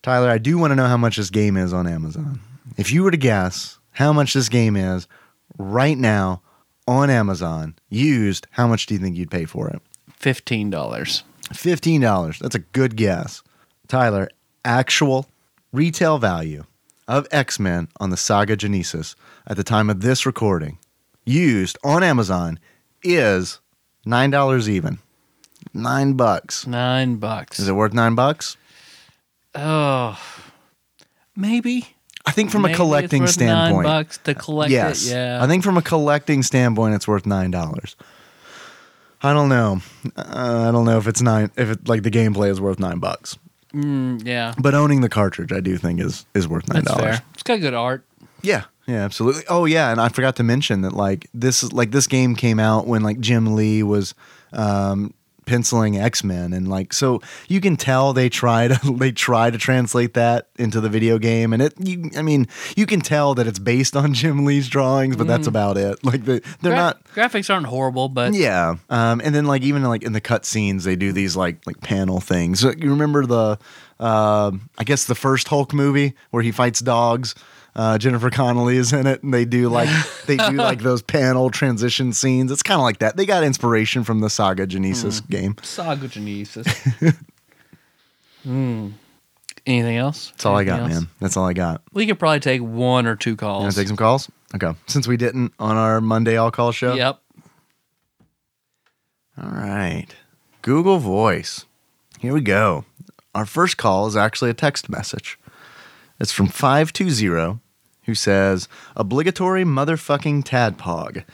Speaker 3: Tyler, I do want to know how much this game is on Amazon. If you were to guess how much this game is right now on Amazon used, how much do you think you'd pay for it?
Speaker 2: Fifteen dollars.
Speaker 3: Fifteen dollars. That's a good guess. Tyler, actual retail value of X Men on the Saga Genesis at the time of this recording, used on Amazon, is nine dollars even. Nine bucks.
Speaker 2: Nine bucks.
Speaker 3: Is it worth nine bucks?
Speaker 2: oh maybe.
Speaker 3: I think from
Speaker 2: Maybe
Speaker 3: a
Speaker 2: it's
Speaker 3: collecting
Speaker 2: worth
Speaker 3: standpoint.
Speaker 2: Nine bucks to collect
Speaker 3: yes.
Speaker 2: it. Yeah.
Speaker 3: I think from a collecting standpoint, it's worth nine dollars. I don't know. Uh, I don't know if it's nine. If it, like the gameplay is worth nine bucks.
Speaker 2: Mm, yeah.
Speaker 3: But owning the cartridge, I do think is is worth nine
Speaker 2: That's
Speaker 3: dollars.
Speaker 2: fair. It's got good art.
Speaker 3: Yeah, yeah, absolutely. Oh yeah, and I forgot to mention that like this is like this game came out when like Jim Lee was um, penciling X Men, and like so you can tell they try to they try to translate that into the video game, and it. You, I mean, you can tell that it's based on Jim Lee's drawings, but
Speaker 2: Mm.
Speaker 3: that's about it. Like they, they're
Speaker 2: Gra-
Speaker 3: not.
Speaker 2: graphics aren't horrible, but
Speaker 3: Yeah. Um, and then like even like in the cutscenes, they do these like like panel things. So, You remember the uh, I guess the first Hulk movie where he fights dogs. Uh, Jennifer Connelly is in it, and they do like they do like those panel transition scenes. It's kind of like that. They got inspiration from the Saga Genesis game.
Speaker 2: Saga Genesis. Hmm. Anything else?
Speaker 3: That's all I got, man. That's all I got.
Speaker 2: We could probably take one or two
Speaker 3: You want
Speaker 2: calls.
Speaker 3: to take some calls? Okay. Since we didn't on our Monday all call show.
Speaker 2: Yep.
Speaker 3: All right. Google Voice. Here we go. Our first call is actually a text message. It's from 520 who says, Obligatory motherfucking tadpog.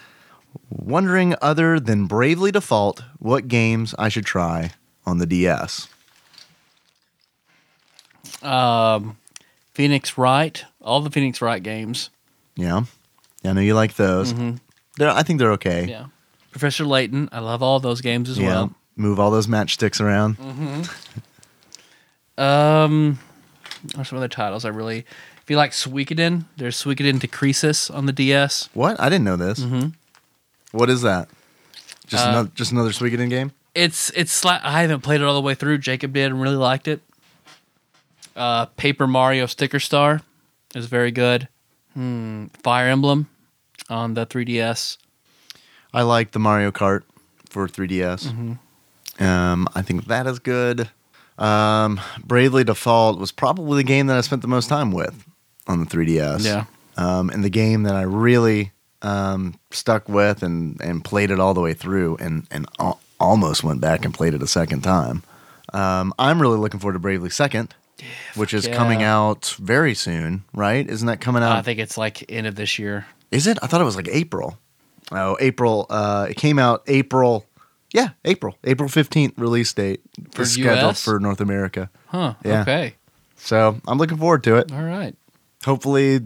Speaker 3: Wondering, other than Bravely Default, what games I should try on the DS.
Speaker 2: Phoenix Wright. All the Phoenix Wright games.
Speaker 3: Yeah. yeah I know you like those. They're, I think they're okay.
Speaker 2: Mm-hmm. Yeah. Professor Layton. I love all those games as
Speaker 3: Yeah.
Speaker 2: well. Mm-hmm.
Speaker 3: Move all those matchsticks around.
Speaker 2: Um, there's some other titles I really. If you like Suikoden, there's Suikoden to Croesus on the DS.
Speaker 3: What? I didn't know this.
Speaker 2: Mm-hmm.
Speaker 3: What is that? Just,
Speaker 2: Uh,
Speaker 3: another, just another Suikoden game?
Speaker 2: It's it's sli- I haven't played it all the way through. Jacob did and really liked it. Uh, Paper Mario Sticker Star is very good. Hmm, Fire Emblem on the 3DS.
Speaker 3: I like the Mario Kart for 3DS.
Speaker 2: Mm-hmm.
Speaker 3: Um, I think that is good. Um, Bravely Default was probably the game that I spent the most time with on the 3DS.
Speaker 2: Yeah.
Speaker 3: Um, and the game that I really um, stuck with and, and played it all the way through and, and all, almost went back and played it a second time. Um, I'm really looking forward to Bravely Second, which is
Speaker 2: yeah.
Speaker 3: coming out very soon, right? Isn't that coming out?
Speaker 2: I think it's like end of this year.
Speaker 3: Is it? I thought it was like April. Oh, April. Uh, it came out April. Yeah, April. April 15th release date
Speaker 2: For
Speaker 3: is scheduled
Speaker 2: US?
Speaker 3: for North America.
Speaker 2: Huh.
Speaker 3: Yeah.
Speaker 2: Okay.
Speaker 3: So I'm looking forward to it.
Speaker 2: All right.
Speaker 3: Hopefully,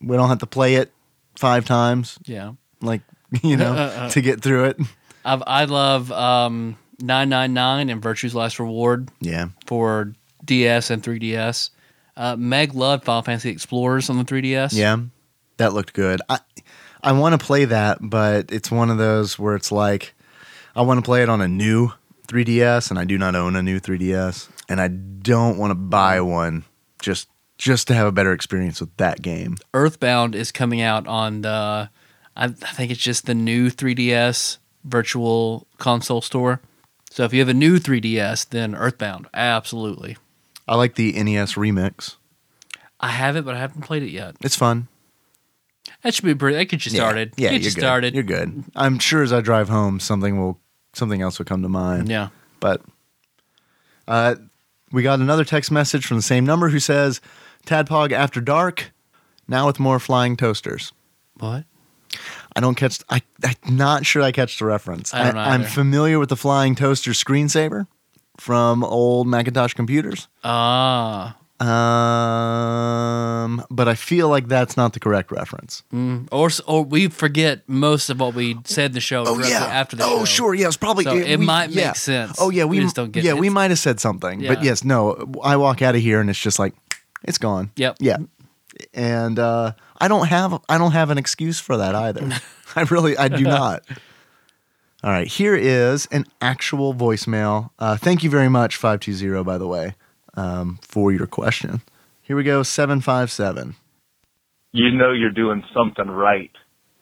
Speaker 3: we don't have to play it five times,
Speaker 2: Yeah.
Speaker 3: like, you know, to get through it.
Speaker 2: I've, I love um, 999 and Virtue's Last Reward
Speaker 3: Yeah.
Speaker 2: for DS and 3DS. Uh, Meg loved Final Fantasy Explorers on the 3DS.
Speaker 3: Yeah. That looked good. I, I want to play that, but it's one of those where it's like, I want to play it on a new 3DS, and I do not own a new 3DS, and I don't want to buy one just just to have a better experience with that game.
Speaker 2: Earthbound is coming out on the, I, I think it's just the new 3DS virtual console store. So if you have a new 3DS, then Earthbound, absolutely.
Speaker 3: I like the NES remix.
Speaker 2: I have it, but I haven't played it yet.
Speaker 3: It's fun.
Speaker 2: That should be pretty. That get you started.
Speaker 3: Yeah,
Speaker 2: get
Speaker 3: you're
Speaker 2: you
Speaker 3: good.
Speaker 2: started.
Speaker 3: You're good. I'm sure as I drive home, something will something else will come to mind.
Speaker 2: Yeah.
Speaker 3: But uh, we got another text message from the same number who says, "Tadpog after dark, now with more flying toasters."
Speaker 2: What?
Speaker 3: I don't catch. I, I'm not sure I catch the reference.
Speaker 2: I don't
Speaker 3: am
Speaker 2: either.
Speaker 3: familiar with the flying toaster screensaver from old Macintosh computers,
Speaker 2: Ah.
Speaker 3: um, but I feel like that's not the correct reference.
Speaker 2: Mm. Or s- or we forget most of what we said in the show directly after the show.
Speaker 3: oh sure, yeah. It's probably
Speaker 2: So
Speaker 3: yeah,
Speaker 2: it
Speaker 3: we-
Speaker 2: might make
Speaker 3: yeah.
Speaker 2: sense.
Speaker 3: Oh yeah,
Speaker 2: We
Speaker 3: we,
Speaker 2: just don't get
Speaker 3: yeah
Speaker 2: it.
Speaker 3: we might have said something, but
Speaker 2: Yeah.
Speaker 3: yes, no. I walk out of here and it's just like it's gone.
Speaker 2: Yep.
Speaker 3: Yeah, and uh, I don't have I don't have an excuse for that either. I really I do not. All right, here is an actual voicemail. Uh, thank you very much, five two zero. By the way, um, for your question. Here we go, seven five seven.
Speaker 4: you know you're doing something right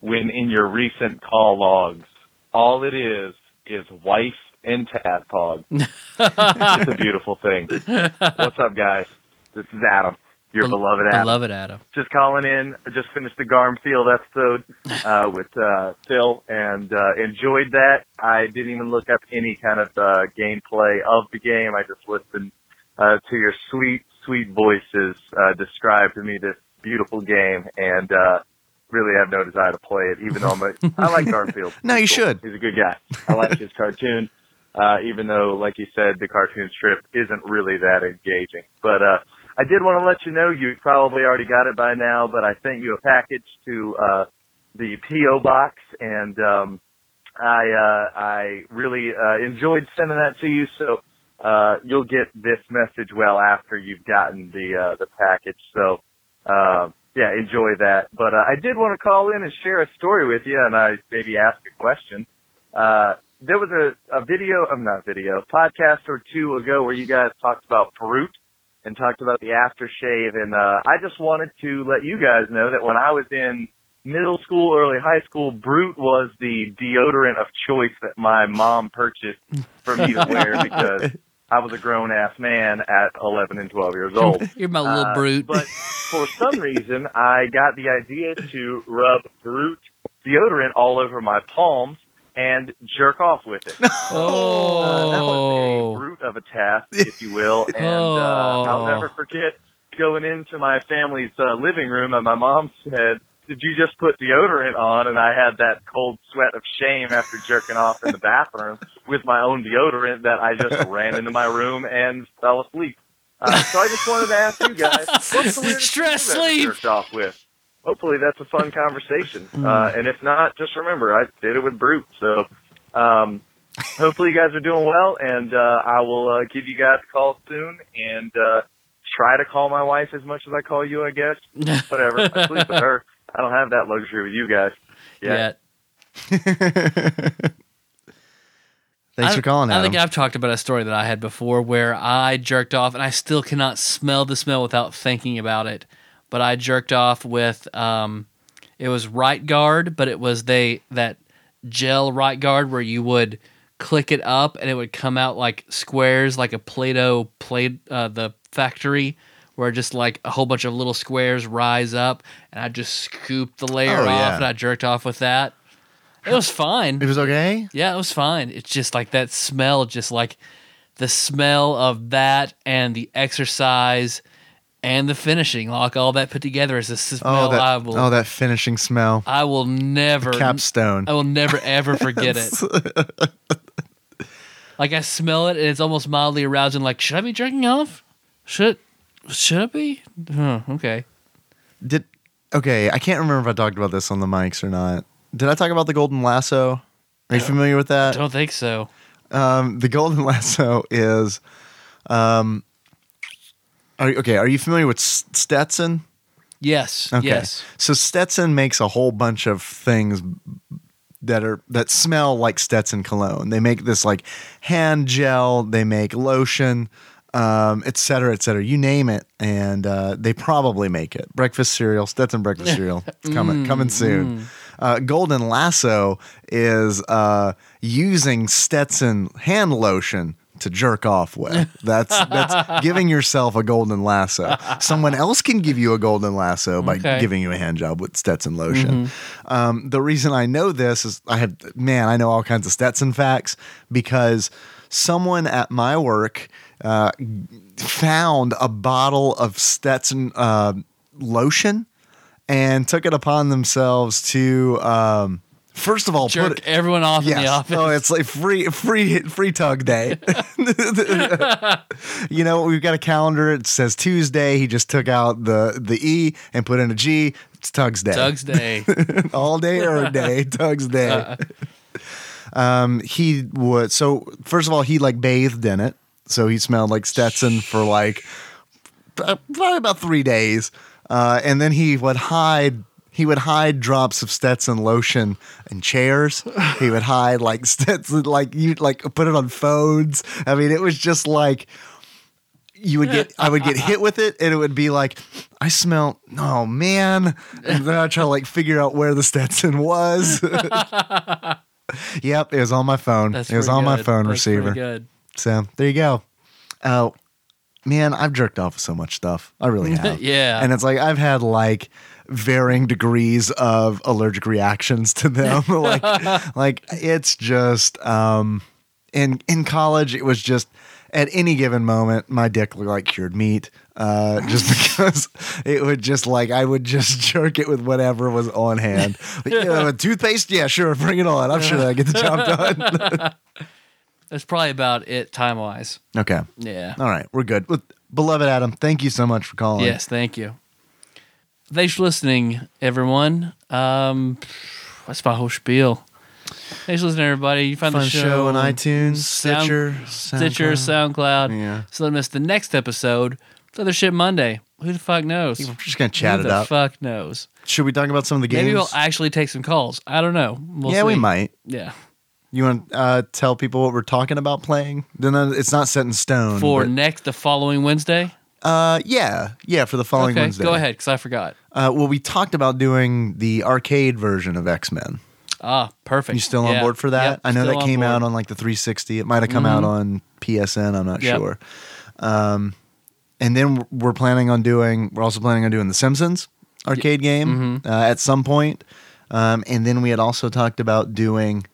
Speaker 4: when in your recent call logs, all it is is wife and tadpog. it's a beautiful thing. What's up, guys? This is Adam, your beloved Adam.
Speaker 2: Beloved Adam.
Speaker 4: Just calling in. I just finished the Garmfield episode uh, with uh, Phil and uh, enjoyed that. I didn't even look up any kind of uh, gameplay of the game. I just listened uh, to your sweet, sweet voices uh, describe to me this beautiful game and uh, really have no desire to play it, even though I'm a, I like Garfield.
Speaker 3: No, you
Speaker 4: He's cool.
Speaker 3: should.
Speaker 4: He's a good guy. I like his cartoon, uh, even though, like you said, the cartoon strip isn't really that engaging. But uh, I did want to let you know you probably already got it by now, but I sent you a package to uh, the P.O. box and. Um, I uh, I really uh, enjoyed sending that to you. So uh, you'll get this message well after you've gotten the uh, the package. So uh, yeah, enjoy that. But uh, I did want to call in and share a story with you, and I maybe ask a question. Uh, there was a, a video, I'm not video, podcast or two ago where you guys talked about Brute and talked about the aftershave, and uh, I just wanted to let you guys know that when I was in middle school, early high school, Brute was the deodorant of choice that my mom purchased for me to wear because I was a grown ass man at 11 and 12 years old.
Speaker 2: You're my little
Speaker 4: Uh,
Speaker 2: brute.
Speaker 4: But for some reason, I got the idea to rub brute deodorant all over my palms and jerk off with it. Uh, that was a
Speaker 2: oh.
Speaker 4: brute of a task, if you will. And uh,
Speaker 2: Oh.
Speaker 4: I'll never forget going into my family's uh, living room, and my mom said, "Did you just put deodorant on?" And I had that cold sweat of shame after jerking off in the bathroom with my own deodorant that I just ran into my room and fell asleep. Uh, so I just wanted to ask you guys, what's the weirdest
Speaker 2: Stress
Speaker 4: thing you've ever
Speaker 2: sleep. Hmm.
Speaker 4: jerked off with? Hopefully that's a fun conversation. Uh, and if not, just remember I did it with Brute. So um, hopefully you guys are doing well, and uh, I will uh, give you guys a call soon and uh, try to call my wife as much as I call you, I guess. Whatever. I sleep with her. I don't have that luxury with you guys.
Speaker 2: Yeah.
Speaker 4: Yeah.
Speaker 3: Thanks
Speaker 2: I-
Speaker 3: for calling.
Speaker 2: I
Speaker 3: Adam.
Speaker 2: think I've talked about a story that I had before where I jerked off, and I still cannot smell the smell without thinking about it. But I jerked off with, um, it was right guard, but it was they that gel right guard where you would click it up and it would come out like squares, like a Play-Doh play uh, the factory. Where just like a whole bunch of little squares rise up, and I just scooped the layer off,
Speaker 3: Oh, yeah.
Speaker 2: and I jerked off with that. It was
Speaker 3: It
Speaker 2: fine.
Speaker 3: was okay.
Speaker 2: Yeah, it was fine. It's just like that smell, just like the smell of that and the exercise and the finishing, like all that put together is a smell
Speaker 3: Oh, that
Speaker 2: I will
Speaker 3: oh that finishing smell.
Speaker 2: I will never Oh.
Speaker 3: Capstone.
Speaker 2: I will never ever forget it. like I smell it and it's almost mildly arousing. Like should I be jerking off? Should should I be? Huh, okay.
Speaker 3: Did okay? I can't remember if I talked about this on the mics or not. Did I talk about the golden lasso? Are you familiar with
Speaker 2: I
Speaker 3: that?
Speaker 2: don't think so.
Speaker 3: Um, the golden lasso is, um, are, okay. Are you familiar with S- Stetson?
Speaker 2: Yes.
Speaker 3: Okay.
Speaker 2: Yes.
Speaker 3: So Stetson makes a whole bunch of things that are that smell like Stetson cologne. They make this like hand gel. They make lotion, um, et cetera, et cetera. You name it, and uh, they probably make it. Breakfast cereal, Stetson breakfast cereal, it's coming coming soon. Uh, Golden Lasso is uh, using Stetson hand lotion to jerk off with. That's that's giving yourself a golden lasso. Someone else can give you a golden lasso by
Speaker 2: Okay.
Speaker 3: giving you a hand job with Stetson lotion. Um, the reason I know this is I have man, I know all kinds of Stetson facts because someone at my work uh, found a bottle of Stetson uh, lotion and took it upon themselves to um, first of all
Speaker 2: Jerk
Speaker 3: put it.
Speaker 2: everyone off in the
Speaker 3: Yes.
Speaker 2: office.
Speaker 3: Oh, it's like free, free, free tug day. you know, we've got a calendar. It says Tuesday. He just took out the the E and put in a G. It's Tug's day.
Speaker 2: Doug's day. Uh.
Speaker 3: All day or a day. Tug's day. um, he would. So first of all, he like bathed in it, so he smelled like Stetson for like uh, probably about three days, uh, and then he would hide. He would hide drops of Stetson lotion in chairs. He would hide like Stetson, like you, like put it on phones. I mean, it was just like you would get. I would get hit with it, and it would be like, I smell. Oh man! And then I try to like figure out where the Stetson was. yep, it was on my phone.
Speaker 2: That's
Speaker 3: it was
Speaker 2: pretty
Speaker 3: on my
Speaker 2: good.
Speaker 3: phone
Speaker 2: That's pretty
Speaker 3: receiver.
Speaker 2: Good.
Speaker 3: So there you go. Oh man, I've jerked off so much stuff. I really have.
Speaker 2: Yeah.
Speaker 3: And it's like I've had like varying degrees of allergic reactions to them. like like it's just um in in college it was just at any given moment my dick looked like cured meat. Uh, just because it would just like I would just jerk it with whatever was on hand. Like, you know, toothpaste, yeah, sure, bring it on. I'm sure I get the job done.
Speaker 2: That's probably about it time wise.
Speaker 3: okay,
Speaker 2: Yeah.
Speaker 3: all right, we're good. Well, Beloved Adam, thank you so much for calling.
Speaker 2: Yes, thank you. Thanks for listening, everyone. Um, that's my whole spiel. Thanks for listening, everybody. You find
Speaker 3: Fun
Speaker 2: the
Speaker 3: show,
Speaker 2: show,
Speaker 3: on iTunes,
Speaker 2: Sound-
Speaker 3: Stitcher,
Speaker 2: Stitcher, SoundCloud.
Speaker 3: Yeah.
Speaker 2: So don't miss the next episode. It's other shit Monday. Who the fuck knows?
Speaker 3: We're just gonna chat
Speaker 2: Who
Speaker 3: it
Speaker 2: the
Speaker 3: up.
Speaker 2: fuck knows?
Speaker 3: Should we talk about some of the games?
Speaker 2: Maybe we'll actually take some calls. I don't know. We'll
Speaker 3: yeah, we
Speaker 2: see.
Speaker 3: might.
Speaker 2: Yeah.
Speaker 3: You want to uh, tell people what we're talking about playing? Then uh, it's not set in stone.
Speaker 2: For
Speaker 3: but,
Speaker 2: next, the following Wednesday.
Speaker 3: uh, yeah, yeah, for the following
Speaker 2: okay,
Speaker 3: Wednesday.
Speaker 2: go ahead, because I forgot.
Speaker 3: Uh, well, we talked about doing the arcade version of X Men.
Speaker 2: Ah, perfect.
Speaker 3: You still on
Speaker 2: Yeah.
Speaker 3: board for that?
Speaker 2: Yep,
Speaker 3: I know
Speaker 2: still
Speaker 3: that came
Speaker 2: board. Mm-hmm.
Speaker 3: out on like the 360. It might have come out on PSN. I'm not
Speaker 2: Yep.
Speaker 3: sure. Um, and then we're planning on doing. We're also planning on doing the Simpsons arcade game
Speaker 2: Mm-hmm.
Speaker 3: uh, at some point. Um, and then we had also talked about doing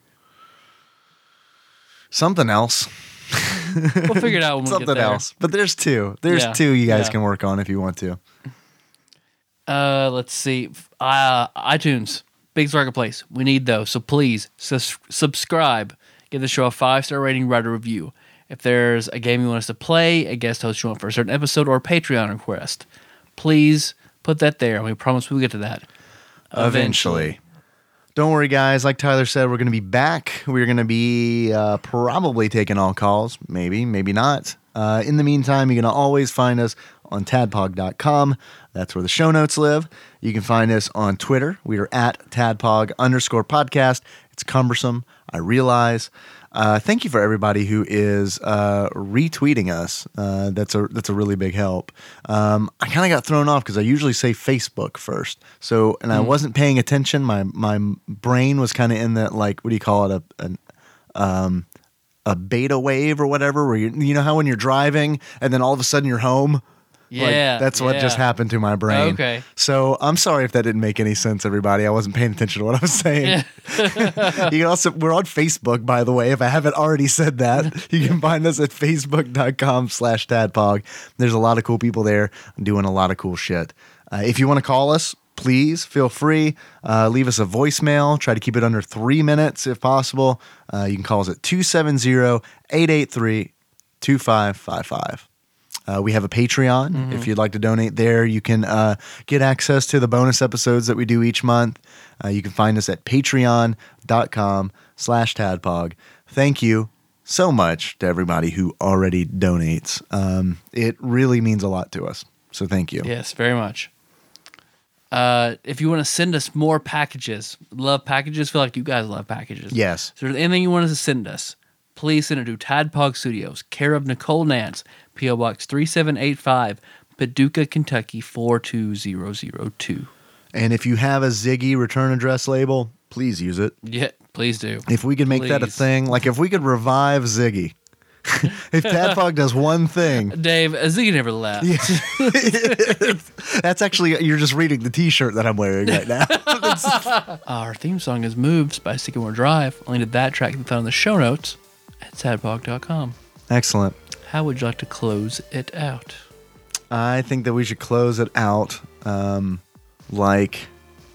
Speaker 3: something else,
Speaker 2: We'll figure it out when we get
Speaker 3: something
Speaker 2: there.
Speaker 3: else. But there's two. There's
Speaker 2: Yeah,
Speaker 3: two you guys
Speaker 2: yeah.
Speaker 3: can work on if you want to.
Speaker 2: Uh, let's see. Uh, iTunes, biggest marketplace. We need those, so please sus- subscribe. Give the show a five star rating, write a review. If there's a game you want us to play, a guest host you want for a certain episode, or a Patreon request, please put that there, and we promise we'll get to that
Speaker 3: eventually. Don't worry, guys. Like Tyler said, we're going to be back. We're going to be uh, probably taking all calls. Maybe, maybe not. Uh, in the meantime, you can always find us on tadpog.com. That's where the show notes live. You can find us on Twitter. We are at tadpog underscore podcast. It's cumbersome, I realize. Uh, thank you for everybody who is uh, retweeting us. Uh, that's a that's a really big help. Um, I kind of got thrown off because I usually say Facebook first, so and
Speaker 2: Mm.
Speaker 3: I wasn't paying attention. My my brain was kind of in that like what do you call it a an, um, a beta wave or whatever. Where you you know how when you're driving and then all of a sudden you're home. Like,
Speaker 2: Yeah,
Speaker 3: that's what
Speaker 2: yeah.
Speaker 3: just happened to my brain.
Speaker 2: Okay.
Speaker 3: So I'm sorry if that didn't make any sense, everybody. I wasn't paying attention to what I was saying. you can also we're on Facebook, by the way. If I haven't already said that, you can find us at facebook.com slash tadpog. There's a lot of cool people there doing a lot of cool shit. Uh, if you want to call us, please feel free. Uh, leave us a voicemail. Try to keep it under three minutes if possible. Uh, you can call us at 270 883 2555. Uh, we have a Patreon. If you'd like to donate there, you can uh, get access to the bonus episodes that we do each month. Uh, you can find us at patreon.com slash tadpog. Thank you so much to everybody who already donates. Um, it really means a lot to us. So thank you.
Speaker 2: Yes, very much. Uh, if you want to send us more packages, love packages, feel like you guys love packages.
Speaker 3: Yes.
Speaker 2: So if there's anything you want us to send us, please send it to Tadpog Studios, care of Nicole Nance, P.O. Box 3785, Paducah, Kentucky 42002.
Speaker 3: And if you have a Ziggy return address label, please use it.
Speaker 2: Yeah, please do.
Speaker 3: If we could make that a
Speaker 2: Please.
Speaker 3: thing, like if we could revive Ziggy, if Tadpog does one thing,
Speaker 2: Dave, Ziggy never left.
Speaker 3: That's actually you're just reading the T-shirt that I'm wearing right now.
Speaker 2: Our theme song is Moves by Sycamore Drive. A link to that track can be found in the show notes at tadpog.com.
Speaker 3: Excellent.
Speaker 2: How would you like to close it out?
Speaker 3: I think that we should close it out. Um, like,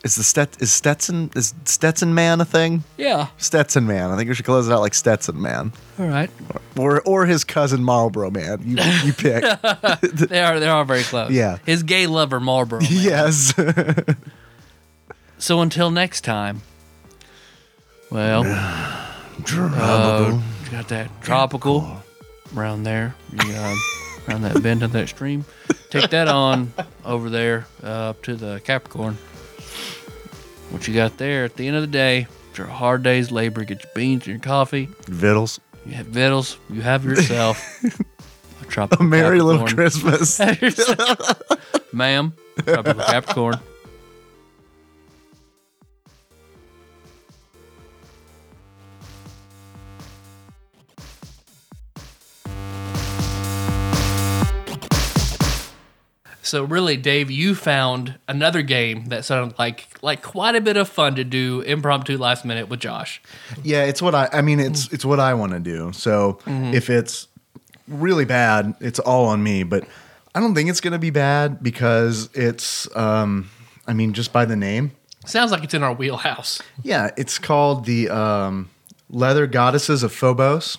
Speaker 3: is the Stet is Stetson is Stetson Man a thing?
Speaker 2: Yeah.
Speaker 3: Stetson Man. I think we should close it out like Stetson Man,
Speaker 2: All right.
Speaker 3: or or his cousin Marlboro Man. You you pick.
Speaker 2: They are they are very close.
Speaker 3: Yeah.
Speaker 2: His gay lover Marlboro. Man.
Speaker 3: yes.
Speaker 2: So until next time. Well, uh, you got that tropical around there, you, uh, around that bend of that stream. Take that on over there uh, up to the Capricorn. What you got there at the end of the day, after a hard day's labor, get your beans and your coffee.
Speaker 3: Vittles.
Speaker 2: You have victuals. You have yourself a tropical
Speaker 3: A merry little
Speaker 2: Capricorn.
Speaker 3: Christmas.
Speaker 2: Ma'am, tropical Capricorn. So really, Dave, you found another game that sounded like like quite a bit of fun to do impromptu last minute with Josh.
Speaker 3: Yeah, it's what I. I mean, it's it's what I want to do. So if it's really bad, it's all on me. But I don't think it's gonna be bad because it's. Um, I mean, just by the name.
Speaker 2: Sounds like it's in our wheelhouse.
Speaker 3: Yeah, it's called the um, Leather Goddesses of Phobos.